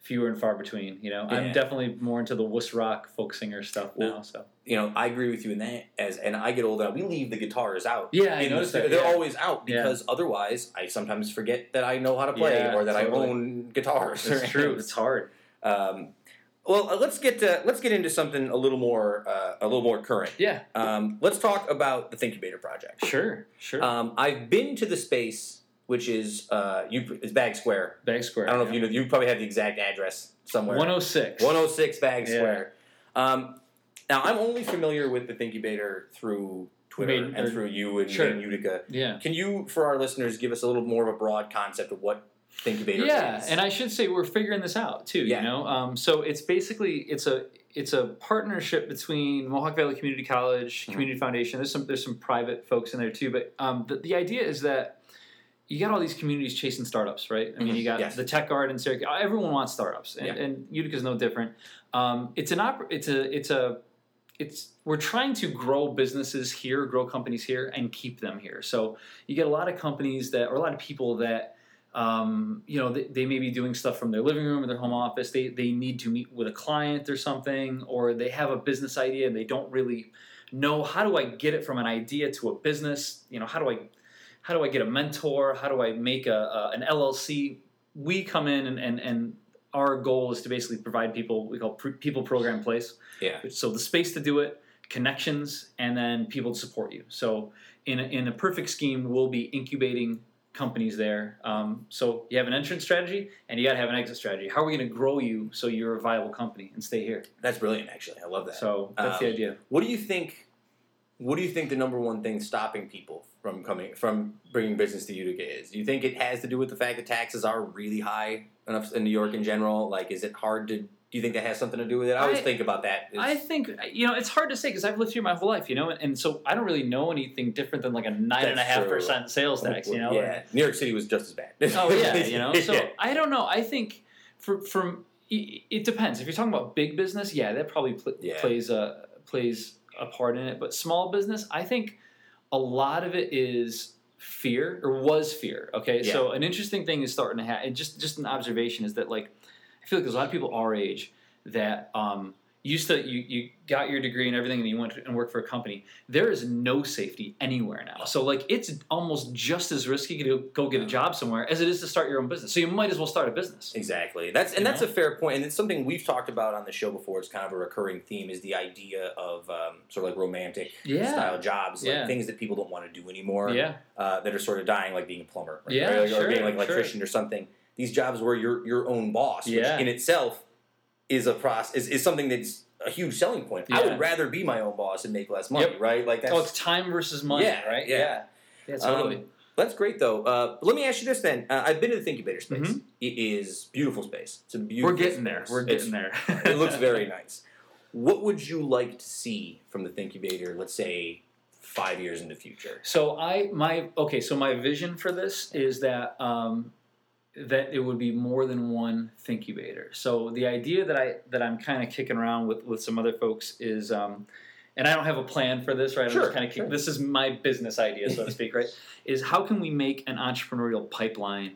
E: fewer and far between. You know, I'm
B: Yeah.
E: definitely more into the wuss rock folk singer stuff
B: Well,
E: now. So
B: you know, I agree with you in that. As and I get older, we leave the guitars out.
E: Yeah, I
B: In the
E: noticed
B: studio.
E: that,
B: They're
E: yeah.
B: always out
E: Yeah.
B: because otherwise, I sometimes forget that I know how to play
E: Yeah,
B: or that I
E: totally.
B: own guitars. or
E: it's true.
B: amps.
E: It's hard.
B: Um, well, uh, let's get uh, let's get into something a little more uh, a little more current.
E: Yeah.
B: Um, let's talk about the Thinkubator project.
E: Sure. Sure.
B: Um, I've been to the space, which is uh, you is Bag Square.
E: Bag Square.
B: I don't know if you know. You probably have the exact address somewhere.
E: 106.
B: 106 Bag
E: Yeah.
B: Square. Um, now, I'm only familiar with the Thinkubator through Twitter
E: Made-
B: and
E: or-
B: through you and,
E: uh, Sure.
B: and Utica.
E: Yeah.
B: Can you, for our listeners, give us a little more of a broad concept of what Thinkubator
E: yeah
B: is?
E: and i should say we're figuring this out too
B: Yeah.
E: you know um, so it's basically it's a it's a partnership between mohawk valley community college community foundation there's some there's some private folks in there too but um, the, the idea is that you got all these communities chasing startups right i mean
B: Mhm.
E: you got
B: Yes.
E: the tech guard in syracuse everyone wants startups and,
B: Yeah.
E: and utica's no different um, it's an op- it's a it's a it's we're trying to grow businesses here grow companies here and keep them here so you get a lot of companies that or a lot of people that um, you know, they, they may be doing stuff from their living room or their home office. They, they need to meet with a client or something, or they have a business idea and they don't really know how do I get it from an idea to a business? You know, how do I, how do I get a mentor? How do I make a, a an LLC? We come in and, and, and our goal is to basically provide people, we call pr- people program place.
B: Yeah.
E: So the space to do it, connections, and then people to support you. So in a, in a perfect scheme, we'll be incubating companies there. Um, so you have an entrance strategy and you got to have an exit strategy. How are we going to grow you so you're a viable company and stay here?
B: That's brilliant, actually. I love that.
E: So that's the
B: Um,
E: idea.
B: what do you think? What do you think the number one thing stopping people from coming from bringing business to Utica is? Do you think it has to do with the fact that taxes are really high enough in New York in general? Like, is it hard to? Do you think that has something to do with it? I always
E: I-
B: think about that.
E: I think uh, you know it's hard to say because I've lived here my whole life, you know, and, and so I don't really know anything different than like a nine and a half
B: true.
E: percent sales tax, you know.
B: yeah. New York City was just as bad.
E: oh yeah, you know. So
B: Yeah.
E: I don't know. I think for from it it depends. If you're talking about big business, yeah, that probably pl-
B: Yeah.
E: plays a plays a part in it. But small business, I think a lot of it is fear or was fear. Okay,
B: Yeah.
E: so an interesting thing is starting to happen. Just just an observation is that like I feel like there's a lot of people our age that um used to you you got your degree and everything and you went and worked for a company there is no safety anywhere now so like it's almost just as risky to go get a job somewhere as it is to start your own business so you might as well start a business
B: Exactly. That's and
E: You
B: that's
E: know?
B: a fair point, and it's something we've talked about on the show before. It's kind of a recurring theme is the idea of um, sort of like romantic
E: Yeah.
B: style jobs, like
E: Yeah.
B: things that people don't want to do anymore.
E: yeah
B: uh, that are sort of dying, like being a plumber, right?
E: Yeah,
B: or, or
E: sure,
B: being like an
E: sure.
B: electrician or something. These jobs where you're your own boss,
E: Yeah.
B: which in itself is a process is, is something that's a huge selling point. I
E: Yeah.
B: would rather be my own boss and make less money,
E: Yep.
B: right? Like that's
E: oh it's time versus money
B: Yeah,
E: right
B: yeah.
E: That's
B: Um,
E: totally.
B: that's great though. Uh, let me ask you this then: uh, I've been to the Thinkubator space. It is beautiful space. It's a beautiful.
E: Mm-hmm. we're getting there
B: space.
E: we're
B: It's-
E: getting there
B: it looks very nice. What would you like to see from the Thinkubator? Let's say five years in the future.
E: So I my okay. So my vision for this is that um, that it would be more than one thinkubator. So the idea that I that I'm kind of kicking around with with some other folks is, um, and I don't have a plan for this, right? I'm
B: Sure,
E: just kind of
B: sure.
E: this is my business idea, so to speak, right? Is how can we make an entrepreneurial pipeline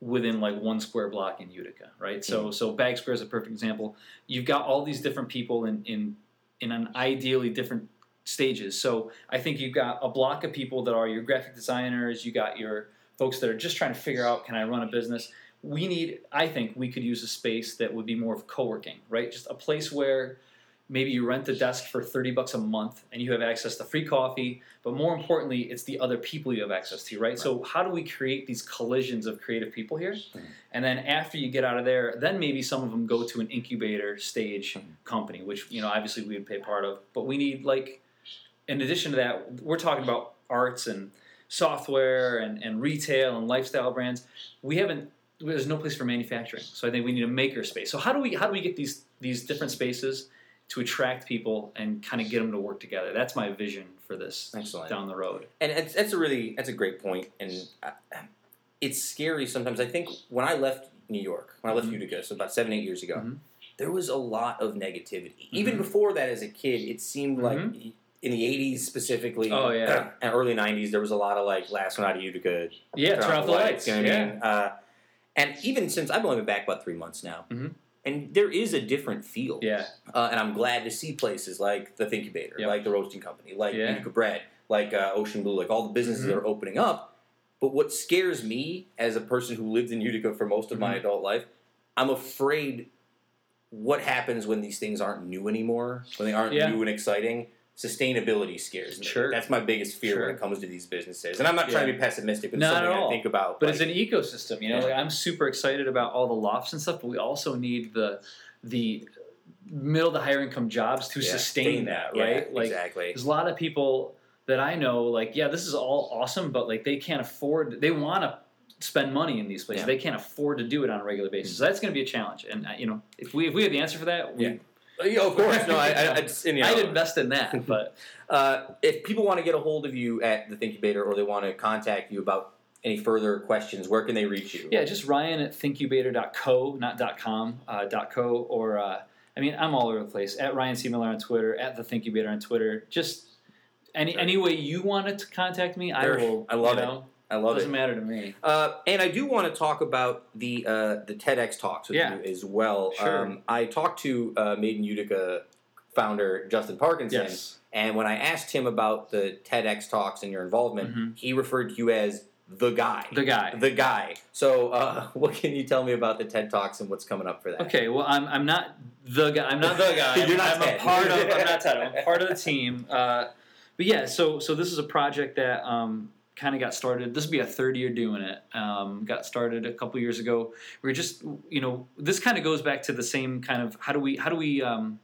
E: within like one square block in Utica, right?
B: Mm.
E: So so Bag Square is a perfect example. You've got all these different people in in in an ideally different stages. So I think you've got a block of people that are your graphic designers, you got your folks that are just trying to figure out can I run a business? We need I think we could use a space that would be more of co-working, right? Just a place where maybe you rent the desk for 30 bucks a month and you have access to free coffee but more importantly it's the other people you have access to right, so how do we create these collisions of creative people here and then after you get out of there then maybe some of them go to an incubator stage company which you know obviously we would pay part of but we need like in addition to that we're talking about arts and software and, and retail and lifestyle brands we haven't there's no place for manufacturing so i think we need a maker space so how do we how do we get these these different spaces to attract people and kind of get them to work together that's my vision for this
B: Excellent.
E: down the road
B: and it's, that's a really that's a great point and uh, it's scary sometimes i think when i left new york when i left
E: Mhm.
B: utica so about seven eight years ago
E: Mhm.
B: there was a lot of negativity even
E: Mhm.
B: before that as a kid it seemed like in the 80s specifically
E: Mm-hmm. Oh, yeah.
B: and early 90s there was a lot of like last one out of utica
E: yeah turn off the lights
B: you know what
E: yeah
B: I mean? uh, and even since i've only been back about three months now
E: Mhm.
B: and there is a different feel
E: yeah
B: uh, and I'm glad to see places like the Thinkubator,
E: Yep.
B: like the Roasting Company, like
E: Yeah. Mm-hmm.
B: Utica Bread, like uh, Ocean Blue, like all the businesses that are opening up. But what scares me as a person who lived in Utica for most of my
E: Mhm.
B: adult life, I'm afraid what happens when these things aren't new anymore, when they aren't
E: Yeah.
B: new and exciting. Sustainability scares me.
E: Sure.
B: That's my biggest fear when
E: Sure.
B: it comes to these businesses. And I'm not trying to be pessimistic, but it's
E: Not at
B: something I
E: all.
B: think about.
E: But
B: like,
E: it's an ecosystem, you know.
B: Yeah.
E: Like I'm super excited about all the lofts and stuff, but we also need the the middle to higher income jobs to
B: yeah,
E: sustain that, right?
B: Yeah,
E: like
B: exactly.
E: there's a lot of people that I know, like yeah, this is all awesome, but like they can't afford. They want to spend money in these places.
B: Yeah. Mm.
E: They can't afford to do it on a regular basis. So that's going to be a challenge. And uh, you know, if we if we had the answer for that, we,
B: Yeah. Yeah, of course. No, I, I, I just- and, you know,
E: I'd invest in that. But
B: Uh, if people want to get a hold of you at the Thinkubator or they want to contact you about any further questions, where can they reach you?
E: Yeah, just Ryan at thinkubator.co, not .com, uh, .co, or uh, I mean, I'm all over the place. At Ryan C. Miller on Twitter, at the Thinkubator on Twitter. Just any any way you want to contact me, I
B: Sure.
E: will.
B: I love
E: you
B: it.
E: know,
B: I love
E: doesn't
B: it.
E: matter to me.
B: Uh, and I do want to talk about the uh, the TEDx talks with
E: Yeah.
B: you as well.
E: Sure.
B: Um, I talked to uh, Maiden Utica founder Justin Parkinson,
E: Yes.
B: and when I asked him about the TEDx talks and your involvement,
E: Mhm.
B: he referred to you as the guy.
E: The guy.
B: The guy. So, uh, what can you tell me about the TED Talks and what's coming up for that?
E: Okay, well, I'm, I'm not the guy. I'm not the guy.
B: You're not
E: I'm, I'm
B: Ted.
E: a part of. I'm not Ted. I'm a part of the team. Uh, but yeah, so so this is a project that um, kind of got started. This would be a third year doing it. Um, got started a couple years ago. We are just, you know, this kind of goes back to the same kind of how do we how do we um,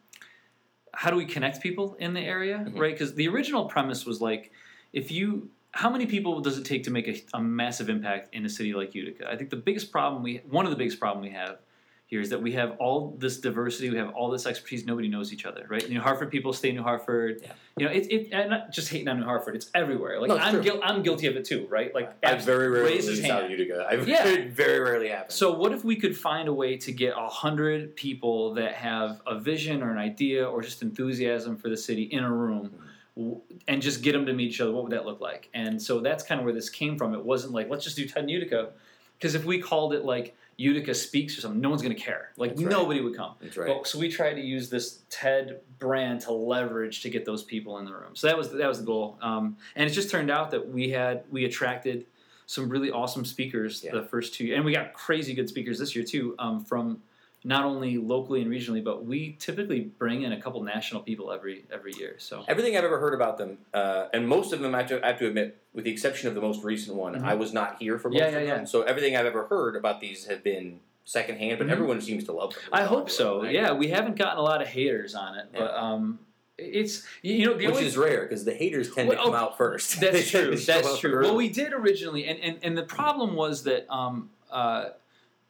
E: how do we connect people in the area, right? 'Cause
B: Mhm.
E: right? Because the original premise was like, if you how many people does it take to make a, a massive impact in a city like Utica? I think the biggest problem we one of the biggest problem we have here is that we have all this diversity, we have all this expertise, nobody knows each other, right? New Hartford people stay in New Hartford.
B: Yeah.
E: You know, it, it, and I'm not just hating on New Hartford, it's everywhere. Like
B: No, it's true.
E: I'm, guil- I'm guilty of it too, right? Like
B: I
E: abs-
B: very rarely
E: raise his
B: leave South
E: hand.
B: Utica. I
E: Yeah.
B: very, very rarely happens.
E: So what if we could find a way to get a hundred people that have a vision or an idea or just enthusiasm for the city in a room? w- And just get them to meet each other. What would that look like? And so that's kind of where this came from. It wasn't like let's just do Ted and Utica, because if we called it like Utica Speaks or something, no one's going to care. Like
B: That's right.
E: nobody would come.
B: That's right.
E: But, so we tried to use this TED brand to leverage to get those people in the room. So that was that was the goal. Um, and it just turned out that we had we attracted some really awesome speakers
B: Yeah.
E: the first two, and we got crazy good speakers this year too um, from not only locally and regionally, but we typically bring in a couple national people every every year. So
B: Everything I've ever heard about them, uh, and most of them, I have, to, I have to admit, with the exception of the most recent one,
E: Mhm.
B: I was not here for most
E: Yeah,
B: of
E: yeah,
B: them.
E: yeah.
B: So everything I've ever heard about these have been secondhand, but
E: Mhm.
B: everyone seems to love them.
E: I hope so.
B: Like,
E: Yeah, we haven't gotten a lot of haters on it, but um, it's you know the
B: Which
E: only
B: is rare because the haters tend to
E: Well,
B: come
E: oh,
B: out first. They
E: That's
B: tend
E: true.
B: to show
E: That's
B: up
E: true.
B: early.
E: Well, we did originally, and, and, and the problem was that um, uh,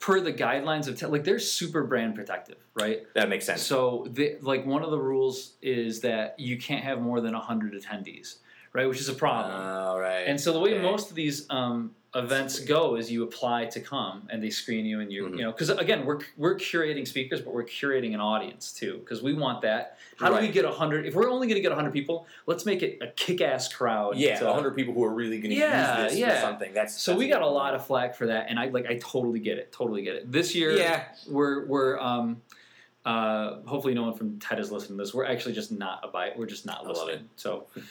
E: per the guidelines of te- like they're super brand protective, right?
B: that makes sense.
E: So, the, like one of the rules is that you can't have more than hundred attendees, right? Which is a problem.
B: All right.
E: And so the way
B: Ah, Okay.
E: most of these um, events go is you apply to come, and they screen you, and you
B: Mhm.
E: you know because again we're we're curating speakers, but we're curating an audience too because we want that. How do
B: Right.
E: we get hundred? If we're only going to get hundred people, let's make it a kick-ass crowd.
B: yeah,
E: to-
B: 100 people who are really going to
E: Yeah,
B: use this for
E: yeah.
B: something. That's
E: so
B: that's
E: we got a lot of flack for that, and I like I totally get it, totally get it. This year,
B: Yeah.
E: we're we're um, uh, hopefully no one from TED is listening to this. We're actually just not a bite. We're just not
B: I love
E: listening. So um,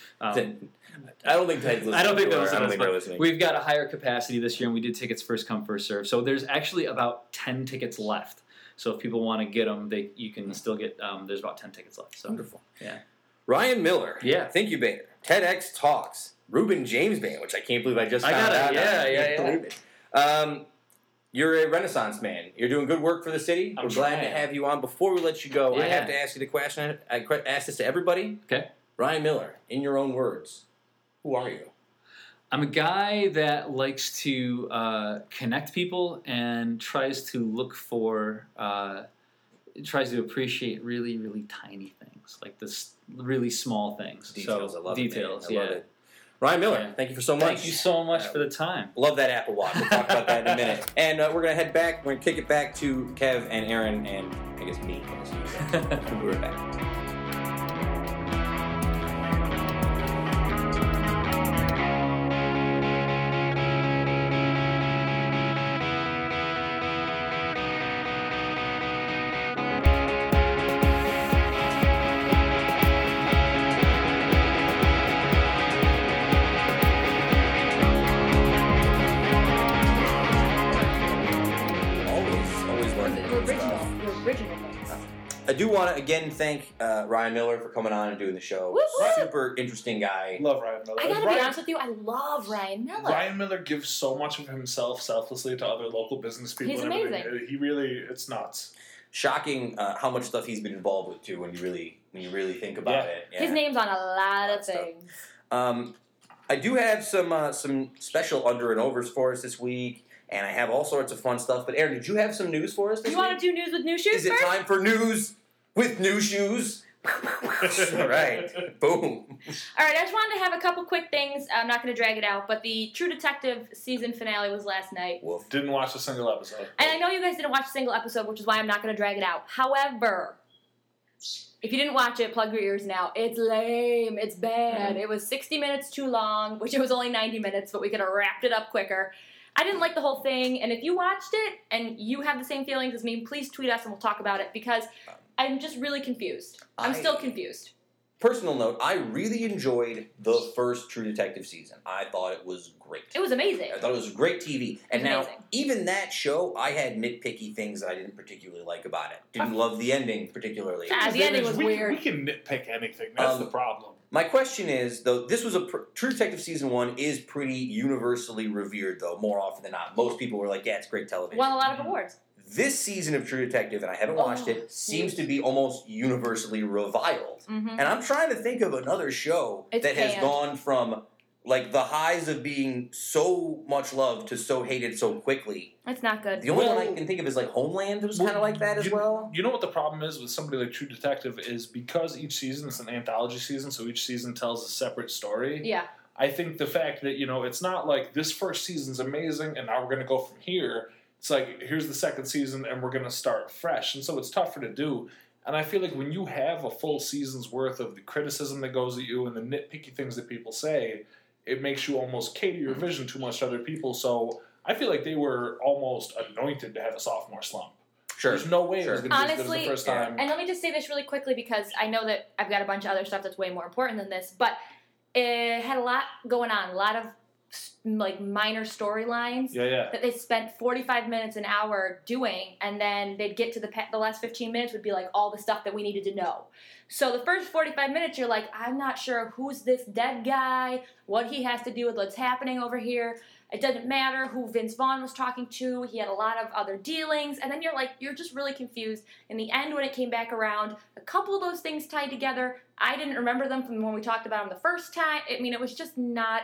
B: I don't think Ted's listening.
E: I don't think
B: to
E: they're
B: her. I
E: listening,
B: don't think
E: but
B: they're listening.
E: we've got a higher capacity this year, and we did tickets first come first serve. So there's actually about ten tickets left. So if people want to get them, they you can still get. Um, there's about ten tickets left. So
D: Wonderful.
E: Yeah.
D: Ryan Miller.
E: Yeah.
D: Thank you, Band. TEDx Talks. Ruben James Band, which I can't believe I just
E: I
D: found
E: got it.
D: out.
E: Yeah, yeah, yeah.
D: Believe it.
B: Um, you're a renaissance man. You're doing good work for the city.
E: I'm
B: We're glad to
E: trying.
B: have you on. Before we let you go, I
E: Yeah.
B: have to ask you the question. I que- ask this to everybody.
E: Okay.
B: Ryan Miller, in your own words, who are you?
E: I'm a guy that likes to uh, connect people and tries to look for, uh, tries to appreciate really, really tiny things, like this really small things.
B: Details.
E: so,
B: I love
E: details.
B: it. man. I
E: yeah.
B: love it. Ryan Miller,
E: Yeah.
B: thank you for so much.
E: Thank you so much for the time.
B: Love that Apple Watch. We'll talk about that in a minute. And uh, we're going to head back. We're going to kick it back to Kev and Aaron and I guess me. we'll be right back. Always, always learning
C: We're
B: new
C: original.
B: stuff.
C: We're original things.
B: I do want to again thank uh, Ryan Miller for coming on and doing the show.
C: Woo, woo.
B: Super interesting guy.
A: Love Ryan Miller.
C: I gotta
A: Ryan,
C: be honest with you, I love Ryan Miller.
A: Ryan Miller gives so much of himself selflessly to other local business people.
C: He's
A: and everything. He really, it's nuts.
B: Shocking uh, how much stuff he's been involved with too. When you really when you really think about
A: Yeah.
B: it. Yeah.
C: His name's on a lot of
B: Lots of-
C: things.
B: Um, I do have some uh, some special under and overs for us this week, and I have all sorts of fun stuff. But Aaron, did you have some news for us this
C: You
B: week?
C: want to do news with new shoes
B: Is it
C: first?
B: time for news with new shoes? All right. Boom.
C: All right, I just wanted to have a couple quick things. I'm not going to drag it out, but the True Detective season finale was last night.
B: Wolf.
A: Didn't watch a single episode.
C: And I know you guys didn't watch a single episode, which is why I'm not going to drag it out. However, if you didn't watch it, plug your ears now. It's lame. It's bad. It was 60 minutes too long, which it was only 90 minutes, but we could have wrapped it up quicker. I didn't like the whole thing. And if you watched it and you have the same feelings as me, please tweet us and we'll talk about it because I'm just really confused. I'm
B: I-
C: still confused.
B: Personal note, I really enjoyed the first True Detective season. I thought it was great.
C: It was amazing.
B: I thought it was great TV. And
C: It was
B: now,
C: amazing.
B: even that show, I had nitpicky things that I didn't particularly like about it.
C: Um,
B: Didn't love the ending particularly.
C: Ah, the
A: thing
C: ending
A: is,
C: was
A: we,
C: weird.
A: We can nitpick anything. That's
B: Um,
A: the problem.
B: My question is though, this was a pr- True Detective season one is pretty universally revered though, more often than not. Most people were like, "Yeah, it's great television."
C: Won a lot of awards.
B: this season of True Detective, and I haven't
C: Oh,
B: watched it, seems to be almost universally reviled.
C: Mm-hmm.
B: And I'm trying to think of another show
C: It's
B: that has
C: canned.
B: gone from like the highs of being so much loved to so hated so quickly.
C: That's not good.
B: The only one I
A: Well-
B: can think of is like Homeland. It was
A: Well,
B: kind of like that as
A: you-
B: well.
A: You know what the problem is with somebody like True Detective is because each season is an anthology season, so each season tells a separate story.
C: Yeah.
A: I think the fact that you know it's not like this first season's amazing and now we're gonna go from here. It's like here's the second season and we're gonna start fresh, and so it's tougher to do. And I feel like when you have a full season's worth of the criticism that goes at you and the nitpicky things that people say, it makes you almost cater
B: Mm-hmm.
A: your vision too much to other people. So I feel like they were almost anointed to have a sophomore slump.
B: Sure.
A: There's no way it was going to
B: Sure.
A: be as good as
C: Honestly,
A: the first time.
C: And let me just say this really quickly because I know that I've got a bunch of other stuff that's way more important than this, but it had a lot going on, a lot of s- like minor storylines
A: yeah, yeah.
C: that they spent 45 minutes an hour doing and then they'd get to the pa- the last 15 minutes would be like all the stuff that we needed to know so the first 45 minutes you're like i'm not sure who's this dead guy what he has to do with what's happening over here it doesn't matter who vince vaughn was talking to he had a lot of other dealings and then you're like you're just really confused in the end when it came back around a couple of those things tied together i didn't remember them from when we talked about them the first time i mean it was just not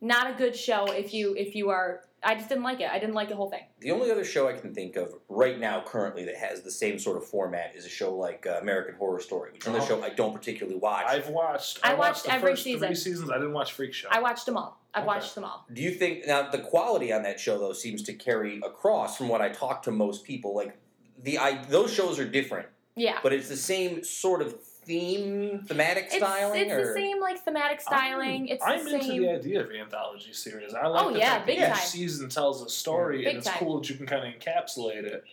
C: not a good show if you if you are I just didn't like it. I didn't like the whole thing.
B: The only other show I can think of right now, currently, that has the same sort of format is a show like uh, American Horror Story, which is
C: Uh-huh.
B: another
A: Oh.
B: show I don't particularly watch.
A: I've watched.
C: I
A: I watched,
C: watched
A: the
C: every
A: first
C: season.
A: three seasons. I didn't watch Freak Show.
C: I watched them all. I've
A: Okay.
C: watched them all.
B: Do you think now the quality on that show though seems to carry across from what I talk to most people? Like the I, those shows are different,
C: Yeah.
B: but it's the same sort of theme, thematic
C: It's,
B: styling.
C: it's
B: or
C: the same like thematic styling.
A: I'm,
C: it's
A: I'm
C: the
A: into
C: same.
A: the idea of the anthology series. I like
C: Oh,
A: the
C: yeah,
A: fact
C: big
A: that
C: time.
A: each season tells a story,
C: Big
A: and it's
C: time.
A: cool that you can kind of encapsulate it.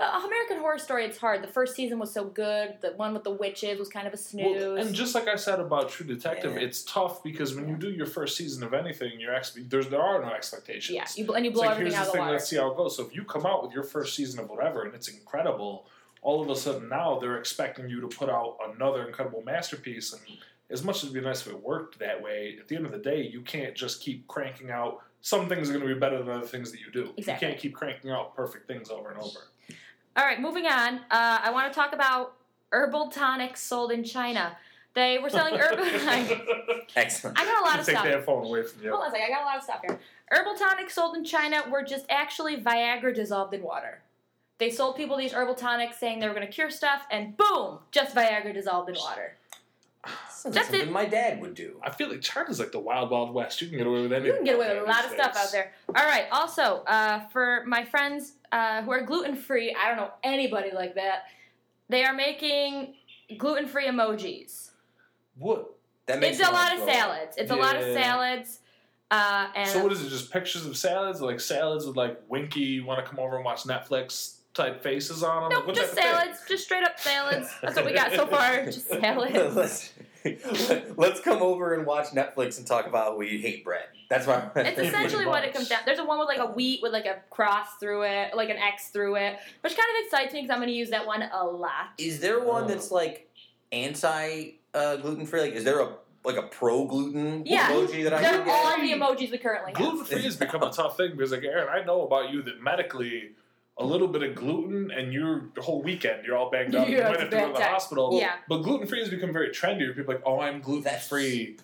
C: uh, American Horror Story, it's hard. The first season was so good. The one with the witches was kind of a snooze.
A: Well, and just like I said about True Detective,
B: Yeah.
A: it's tough because when you do your first season of anything, you're ex- there's there are no expectations.
C: yeah, you, bl- and you
A: It's
C: blow
A: like,
C: everything
A: here's the
C: out of the
A: thing,
C: water.
A: let's see how it goes. So if you come out with your first season of whatever and it's incredible, all of a sudden now they're expecting you to put out another incredible masterpiece. And as much as it'd be nice if it worked that way, at the end of the day, you can't just keep cranking out. Some things are going to be better than other things that you do.
C: Exactly.
A: You can't keep cranking out perfect things over and over.
C: All right, moving on. Uh, I want to talk about herbal tonics sold in China. They were selling herbal. I
B: Excellent.
C: got a lot of
A: Take
C: stuff.
A: that phone away from you.
C: Hold on a second, I got a lot of stuff here. Herbal tonics sold in China were just actually Viagra dissolved in water. They sold people these herbal tonics saying they were going to cure stuff, and boom, just Viagra dissolved in water.
B: Sounds like
C: That's
B: something
C: it.
B: my dad would do.
A: I feel like China's like the wild, wild west. You can get away with anything.
C: You can get away with a
A: out
C: lot of
A: these
C: stuff
A: days.
C: out there. All right. Also, uh, for my friends uh, who are gluten free, I don't know anybody like that. They are making gluten free emojis.
A: What?
B: That makes
C: It's a
B: me wanna
C: lot of
B: throw up.
C: salads. It's a lot of
A: Yeah.
C: salads. Uh, and
A: So what is it? Just pictures of salads, like salads with like winky, want to come over and watch Netflix type faces on them. like,
C: nope,
A: what
C: just
A: type of thing?
C: salads, just straight up salads. That's what we got so far. Just salads.
B: let's, let's come over and watch Netflix and talk about how we hate bread. That's why.
C: It's essentially what it comes down. There's a one with like a wheat with like a cross through it, like an X through it, which kind of excites me because I'm going to use that one a lot.
B: Is there one that's like anti uh, gluten free? Like, is there a like a pro gluten
C: Yeah.
B: emoji that I
C: They're
B: can
C: all
B: get?
C: the emojis we currently have.
A: Gluten free has become a tough thing because, like Aaron, I know about you that medically, a little bit of gluten and your whole weekend you're all banged up.
C: Yeah,
A: you might
C: it's
A: have to go
C: bad
A: to the
C: time.
A: hospital.
C: Yeah.
A: But gluten free has become very trendy. People are like, oh, I'm gluten free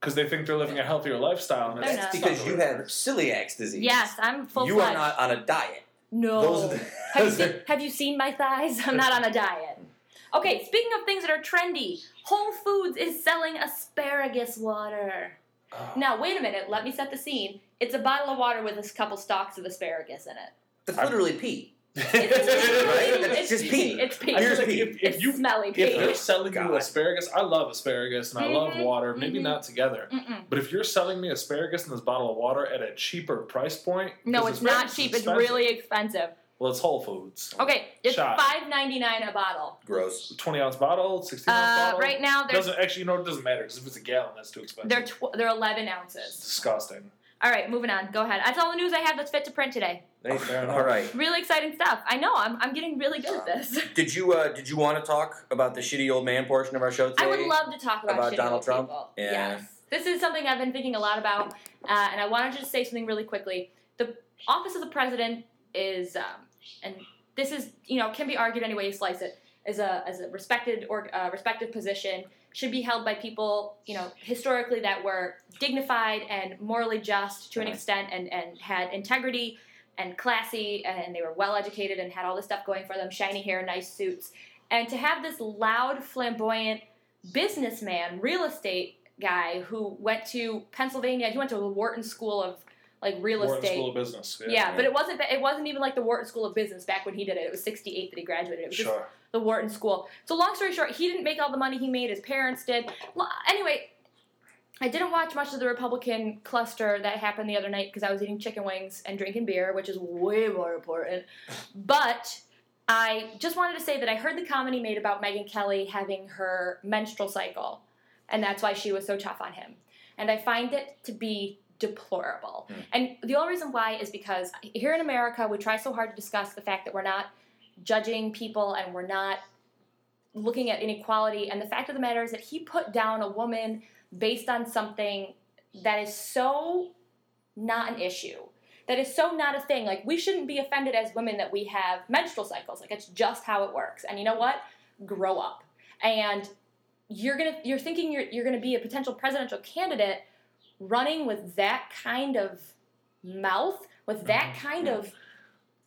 A: because they think they're living a healthier lifestyle. And
C: They're
A: it's
B: That's
C: not.
B: because you have celiac disease.
C: Yes, I'm full. Oh.
B: you are
C: fledged.
B: not on a diet.
C: No.
B: Those are the,
C: have, you
B: those
C: seen,
B: are-
C: have you seen my thighs? I'm not on a diet. Okay, speaking of things that are trendy, Whole Foods is selling asparagus water.
B: Oh.
C: Now, wait a minute. Let me set the scene. It's a bottle of water with a couple stalks of asparagus in it.
B: that's literally pee.
C: It's,
B: Right? That's
C: it's
B: just pee.
C: It's pee.
A: I feel
B: Here's
A: like
B: pee.
A: if, if
C: it's
A: you
C: smelly pee.
A: if they're selling you
B: God.
A: asparagus, I love asparagus and I love
C: Mhm,
A: water, maybe
C: mhm.
A: not together.
C: Mm-mm.
A: But if you're selling me asparagus in this bottle of water at a cheaper price point,
C: No,
A: 'cause
C: it's not
A: asparagus is
C: cheap. It's
A: expensive.
C: really expensive.
A: well. It's Whole Foods.
C: Okay, it's
A: Shot.
C: five ninety nine a bottle.
B: Gross.
A: Twenty ounce bottle, sixteen ounce
C: Uh,
A: bottle.
C: right now they're
A: doesn't actually. You know, it doesn't matter because if it's a gallon, that's too expensive.
C: they're tw- they're eleven
A: It's
C: ounces.
A: disgusting.
C: All right, moving on. Go ahead. That's all the news I have that's fit to print today.
A: Hey, fair enough.
B: All right.
C: Really exciting stuff. I know. I'm, I'm getting really good at this.
B: Did you uh, did you want to talk about the shitty old man portion of our show today?
C: I would love to talk about,
B: About
C: shitty
B: Donald
C: old
B: Trump?
C: people.
B: Yeah.
C: Yes. This is something I've been thinking a lot about, uh, and I wanted to just say something really quickly. The office of the president is, um, and this is you know can be argued any way you slice it, is a as a respected or uh, respected position should be held by people you know historically that were dignified and morally just to an
B: Right.
C: extent and and had integrity and classy and they were well educated and had all this stuff going for them shiny hair nice suits and to have this loud flamboyant businessman real estate guy who went to pennsylvania he went to the wharton school of like real
A: Wharton
C: estate
A: School of Business.
C: yeah,
A: Yeah.
C: but it wasn't it wasn't even like the Wharton School of Business back when he did it. It was 68 that he graduated. It was just
A: Sure.
C: the Wharton School. So long story short, he didn't make all the money he made. His parents did. Lo- Anyway, I didn't watch much of the Republican cluster that happened the other night because I was eating chicken wings and drinking beer, which is way more important. But I just wanted to say that I heard the comedy made about Megyn Kelly having her menstrual cycle, and that's why she was so tough on him. And I find it to be deplorable. And the only reason why is because here in America, we try so hard to discuss the fact that we're not judging people and we're not looking at inequality. And the fact of the matter is that he put down a woman based on something that is so not an issue, that is so not a thing. Like, we shouldn't be offended as women that we have menstrual cycles. Like, it's just how it works. And you know what? Grow up. And you're gonna you're thinking you're you're gonna be a potential presidential candidate running with that kind of mouth with that kind of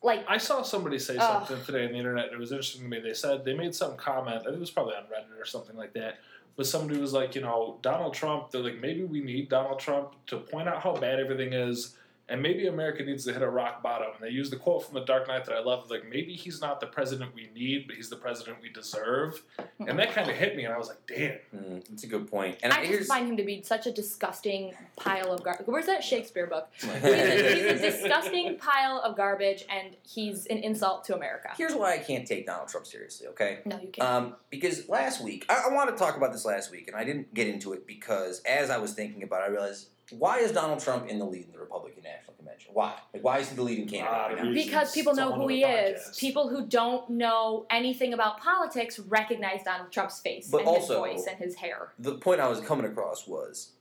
C: like
A: I saw somebody say
C: Ugh.
A: something today on the internet, and it was interesting to me. They said they made some comment. I think it was probably on Reddit or something like that. But somebody was like, you know, Donald Trump. They're like, maybe we need Donald Trump to point out how bad everything is, And maybe America needs to hit a rock bottom. And they use the quote from The Dark Knight that I love, like maybe he's not the president we need, but he's the president we deserve. And that kind of hit me, and I was like, damn.
B: Mm, that's a good point. And
C: I
B: here's
C: just find him to be such a disgusting pile of garbage. Where's that Shakespeare book? He's a, he's a disgusting pile of garbage, and he's an insult to America.
B: here's why I can't take Donald Trump seriously. Okay.
C: No, you can't.
B: Um, because last week, I, I want to talk about this last week, and I didn't get into it because as I was thinking about it, I realized why is Donald Trump in the lead in the Republican National Convention? Why? Like, why is he the leading candidate?
A: Ah,
B: right now?
A: reasons.
C: because people
A: It's a
C: know
A: whole
C: who
A: nother
C: he is.
A: podcast.
C: People who don't know anything about politics recognize Donald Trump's face
B: But
C: and
B: also-
C: his voice and his hair.
B: the point I was coming across was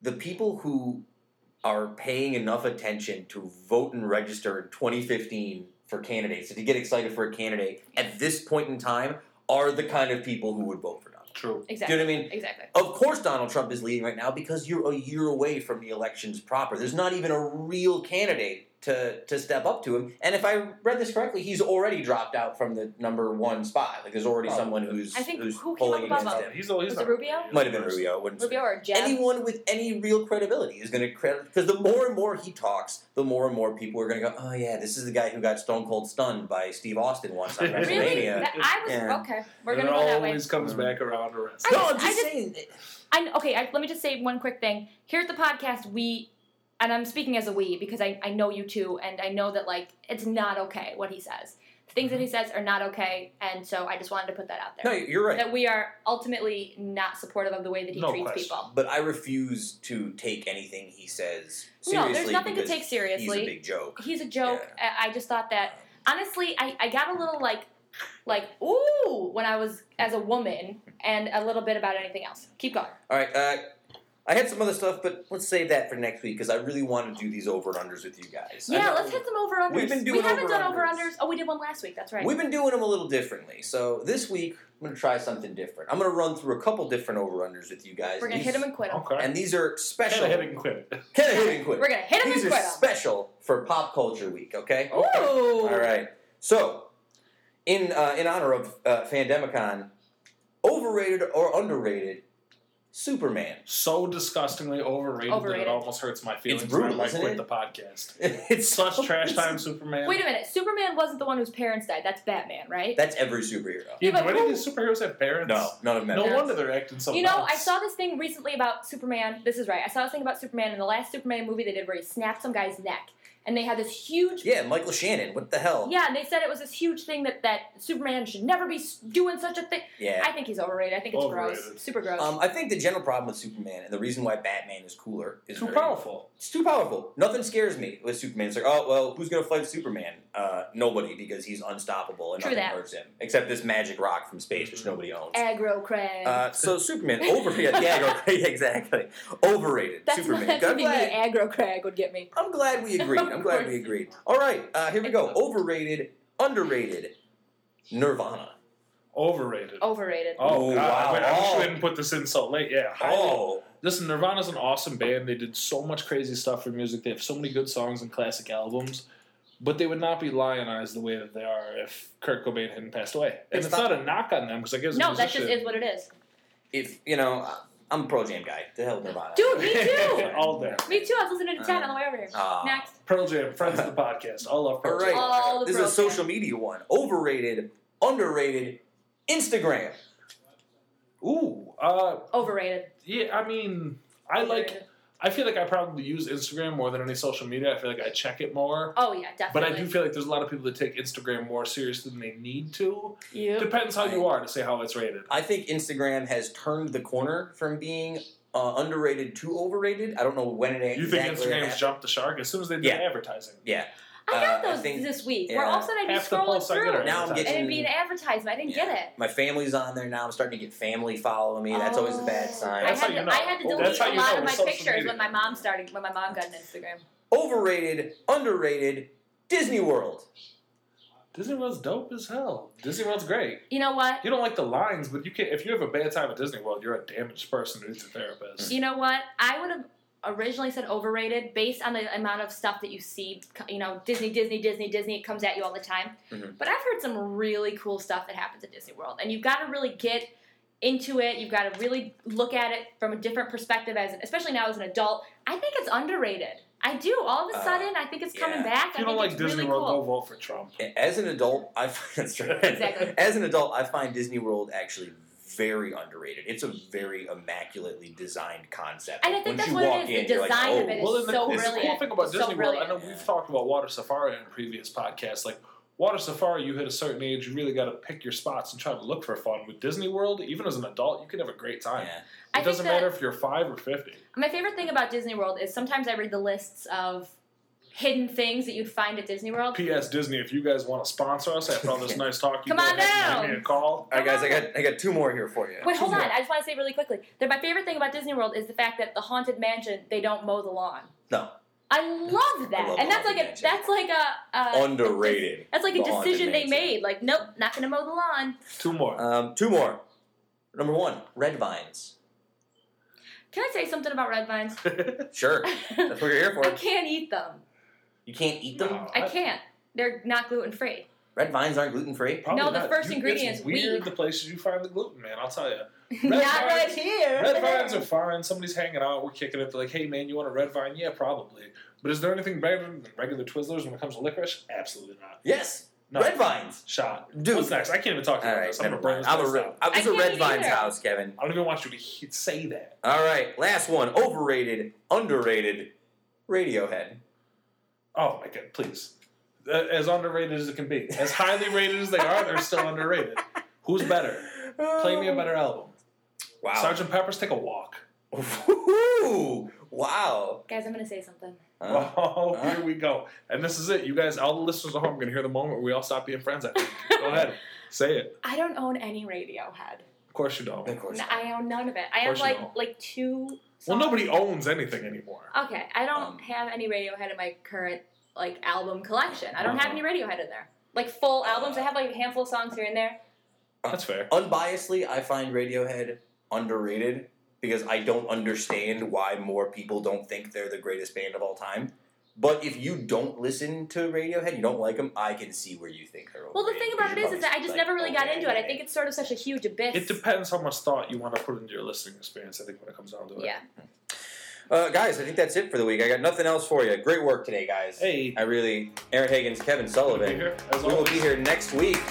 B: the people who are paying enough attention to vote and register in 2015 for candidates and to get excited for a candidate at this point in time are the kind of people who would vote for Donald.
A: True.
C: Exactly.
B: Do you know what I mean?
C: Exactly.
B: Of course, Donald Trump is leading right now because you're a year away from the elections proper. There's not even a real candidate to, to step up to him. And if I read this correctly, he's already dropped out from the number one spot. Like there's already someone who's
C: I think
B: who's
C: who came
B: pulling
C: up above
B: against
C: him?
B: him.
A: He's, all- he's
C: Was
A: not
C: it Rubio?
A: He's
B: Might have been
A: first.
B: Rubio. I Wouldn't
C: Rubio or Jeb.
B: anyone with any real credibility is going to credit because the more and more he talks, the more and more people are going to go, "Oh yeah, this is the guy who got stone cold stunned by Steve Austin once on
A: Really?
C: really?
B: WrestleMania."
C: That- I was
B: Yeah.
C: okay. We're
A: And
C: gonna
A: it
C: go that way.
A: always comes back around to rest.
C: I
B: No, I'm just,
C: just- I just-
B: saying. that-
C: I okay. I, let me just say one quick thing. Here at the podcast, we, and I'm speaking as a we because I, I know you two, and I know that like it's not okay what he says. The things that he says are not okay, and so I just wanted to put that out
B: Mm-hmm. No,
C: there.
B: you're right.
C: That we are ultimately not supportive of the way that he
A: No
C: treats
A: question.
C: people.
B: But I refuse to take anything he says seriously.
C: no, there's nothing to
B: because
C: take seriously.
B: He's a big joke.
C: He's a joke. I I just thought that honestly, I, I got a little like like ooh when I was as a woman, and a little bit about anything else. Keep going.
B: All right. Uh, I had some other stuff, but let's save that for next week because I really want to do these over and unders with you guys. I
C: Yeah,
B: know-
C: let's hit some over unders.
B: We've been
C: we
B: doing
C: haven't done over
B: over-unders.
C: unders. Oh, we did one last week. That's right.
B: We've been doing them a little differently. So this week, I'm going to try something different. I'm going to run through a couple different over-underers with you guys.
C: We're gonna
B: These-
C: hit them and quit them.
A: Okay.
B: And these are special.
A: Kinda hit it and quit.
B: Kinda hit and quit.
C: We're gonna hit them
B: These
C: and
B: are
C: quit them.
B: special for Pop Culture Week, okay?
C: Ooh.
B: Oh, All right. So, in uh, in honor of uh, Fandemicon, overrated or underrated, Superman.
A: So disgustingly overrated,
C: Overrated.
A: that it almost hurts my feelings.
B: It's brutal,
A: and I might
B: isn't
A: quit
B: it?
A: the podcast.
B: it's
A: Such
B: so-
A: trash time, Superman.
C: Wait a minute. Superman wasn't the one whose parents died. That's Batman, right?
B: That's every superhero.
A: Yeah, do
C: Yeah, but
A: any of
C: who-
A: these superheroes have parents?
B: No, none of them.
A: No
B: have-
A: wonder they're acting so
C: you know,
A: nuts.
C: I saw this thing recently about Superman. This is right. I saw this thing about Superman in the last Superman movie they did where he snapped some guy's neck, and they had this huge.
B: Yeah, Michael Shannon. What the hell?
C: Yeah, and they said it was this huge thing that, that Superman should never be s- doing such a thing.
B: Yeah.
C: I think he's overrated. I think it's gross.
A: Overrated.
C: Super gross.
B: Um, I think the general problem with Superman and the reason why Batman is cooler is
A: Too
B: very-
A: powerful.
B: It's too powerful. Nothing scares me with Superman. It's like, oh well, who's gonna fight Superman? Uh, nobody, because he's unstoppable and
C: True
B: nothing
C: that.
B: hurts him except this magic rock from space,
A: Mm-hmm.
B: which nobody owns.
C: Aggro Craig.
B: Uh, so Superman over yeah, yeah, okay, exactly overrated.
C: That's
B: Superman.
C: not
B: I'm
C: something
B: glad.
C: the aggro Craig would get me.
B: I'm glad we agreed. I'm glad we
C: course.
B: agreed. All right, uh, here we go. Overrated, underrated, Nirvana.
A: Overrated.
C: Overrated.
A: Oh,
B: Oh,
A: God.
B: wow.
A: Wait, I wish
B: Oh.
A: we didn't put this in so late. Yeah. highly-
B: Oh,
A: Listen, Nirvana's an awesome band. They did so much crazy stuff for music. They have so many good songs and classic albums. But they would not be lionized the way that they are if Kurt Cobain hadn't passed away. And
B: It's
A: it's,
B: not-
A: not, a knock on them because I guess
C: No, that just is what it is.
B: if you know, I- I'm a pro jam guy. The hell, with Nirvana.
C: Dude, me too.
A: All there.
C: Me too. I was listening to Ted on the way over here.
B: Ah.
C: Next.
A: Pearl Jam, friends of the podcast. All love
B: All
A: Pearl
B: right.
A: Jam.
C: All the
B: uh, this is a
C: pros,
B: social
C: yeah.
B: media one. Overrated, underrated, Instagram.
A: Ooh, uh,
C: Overrated.
A: yeah. I mean, I like.
C: Overrated.
A: I feel like I probably use Instagram more than any social media. I feel like I check it more.
C: Oh yeah, definitely.
A: But I do feel like there's a lot of people that take Instagram more seriously than they need to.
C: you.
A: Depends how you are to say how it's rated.
B: I think Instagram has turned the corner from being uh, underrated to overrated. I don't know when it
A: You think
B: exactly
A: Instagram's
B: happened.
A: jumped the shark as soon as they did
B: Yeah.
A: advertising?
B: Yeah.
C: I
B: Uh, I
C: got those
B: think-
C: this week. Where
B: yeah.
C: all of a sudden I'd be
A: Half the
C: scrolling
A: posts I get
C: through,
A: are
B: Now I'm
C: and
B: getting-
C: it'd be an advertisement. I didn't
B: Yeah.
C: get it.
B: My family's on there now. I'm starting to get family following me. That's always a bad
C: Oh.
B: sign.
C: I
A: That's how
C: had, to,
A: you know.
C: I had to delete
A: That's how
C: a
A: you
C: lot
A: know
C: of
A: with
C: my
A: social
C: pictures
A: media.
C: when my mom started. When my mom got an Instagram.
B: Overrated, underrated, Disney World.
A: Disney World's dope as hell. Disney World's great.
C: You know what?
A: You don't like the lines, but you can not if you have a bad time at Disney World, you're a damaged person who needs a therapist.
C: You know what? I would have originally said overrated based on the amount of stuff that you see. You know, Disney, Disney, Disney, Disney. It comes at you all the time.
B: Mhm.
C: But I've heard some really cool stuff that happens at Disney World, and you've got to really get into it. You've got to really look at it from a different perspective, as an, especially now as an adult. I think it's underrated. I do. All of a
B: Uh,
C: sudden, I think it's coming
B: yeah.
C: back.
A: If you don't
C: I think
A: like
C: it's
A: Disney
C: really
A: World,
C: cool.
A: go vote for Trump.
B: As an adult, I find that's right.
C: Exactly.
B: As an adult, I find Disney World actually very underrated. It's a very immaculately designed concept.
C: And I think
B: Once
C: that's
B: you
C: what it
B: walk
C: is, the
B: in, you're like,
C: design of
B: "Oh,
C: it is
A: Well, and the,
C: so
A: it's the cool
C: brilliant.
A: thing about
C: So
A: Disney World, I know
C: brilliant.
A: we've
B: Yeah.
A: talked about Water Safari in previous podcasts. Like Water Safari, you hit a certain age, you really got to pick your spots and try to look for fun. With Disney World, even as an adult, you can have a great time.
B: yeah.
C: I
A: It
C: think
A: doesn't
C: that-
A: matter if you're five or fifty.
C: My favorite thing about Disney World is sometimes I read the lists of hidden things that you'd find at Disney World.
A: P.S. Disney, if you guys want to sponsor us after all this nice talk, you
C: Come
A: go
C: on
A: ahead and give
C: down.
A: me a call.
D: All right, guys, I got I got two more here for you.
C: Wait, hold
A: Two
C: on.
A: more.
C: I just want to say really quickly that my favorite thing about Disney World is the fact that the haunted mansion they don't mow the lawn.
B: No.
C: I love that,
B: love
C: and
B: the Haunted
C: that's like
B: Mansion.
C: a that's like a uh,
B: Underrated.
C: That's like
B: The
C: a
B: Haunted
C: decision they
B: Mansion.
C: made. Like, nope, not gonna mow the lawn.
A: Two more.
B: Um, two more. Number one, red vines.
C: Can I say something about red vines?
D: Sure,
C: I
D: that's what you're here for.
C: can't eat them.
B: You can't eat them.
A: No.
C: I can't. They're not gluten free.
B: Red vines aren't gluten free.
A: Probably
C: No, the
A: not.
C: first
A: You-
C: ingredient
A: it's
C: is
A: weird.
C: wheat.
A: The places you find the gluten, man, I'll tell you.
C: not
A: vines-
C: right here.
A: Red vines are fine. Somebody's hanging out. We're kicking it. They're like, hey, man, you want a red vine? Yeah, probably. But is there anything better than regular Twizzlers when it comes to licorice? Absolutely not.
B: Yes,
A: No.
B: red vines.
A: Shot.
B: Dude.
A: What's next? I can't even talk
D: All
A: about
D: right,
A: this. I'm
D: never
A: gonna
D: mind.
A: burn this
D: I'm a
A: place
D: re-
A: down.
D: I was
C: I
D: a
C: can't
D: Red Vines
C: either.
D: house, Kevin.
A: I don't even want you to he- say that.
D: All right,
B: Last one, overrated, underrated, Radiohead.
A: Oh my god, please. Uh, As underrated as it can be, as highly rated as they are, they're still underrated. Who's better? Play me a better album.
D: wow.
A: Sergeant Pepper's Take a Walk.
B: Woohoo! Wow.
C: Guys, I'm gonna say something.
B: Uh,
A: oh,
B: uh.
A: here we go. And this is it. You guys, all the listeners at home, are gonna hear the moment where we all stop being friends. I think. Go ahead, say it.
C: I don't own any Radiohead.
A: Of course you don't.
B: of course.
C: No, I own none of it. I
A: Of
C: have
A: course you
C: like
A: don't.
C: like two.
A: Well,
C: songs.
A: nobody owns anything anymore.
C: Okay, I don't
B: Um,
C: have any Radiohead in my current like album collection. I don't
A: Uh-huh.
C: have any Radiohead in there. Like full albums, I have like a handful of songs here and there.
A: That's fair.
B: Unbiasedly, I find Radiohead underrated because I don't understand why more people don't think they're the greatest band of all time. But if you don't listen to Radiohead, you don't like them, I can see where you think they're
C: Well, the thing about it is, is that I just never
B: oh,
C: really got into it. I think it's sort of such a huge abyss.
A: It depends how much thought you want to put into your listening experience. I think when it comes down to it.
C: Yeah.
D: uh, guys, I think that's it for the week. I got nothing else for you. Great work today, guys.
A: Hey,
D: I really, Aaron Higgins, Kevin
A: be
D: Sullivan.
A: here, as
D: We will
A: always.
D: be here next week.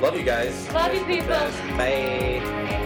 D: Love you guys.
C: Love you, people.
D: Bye.
C: Bye.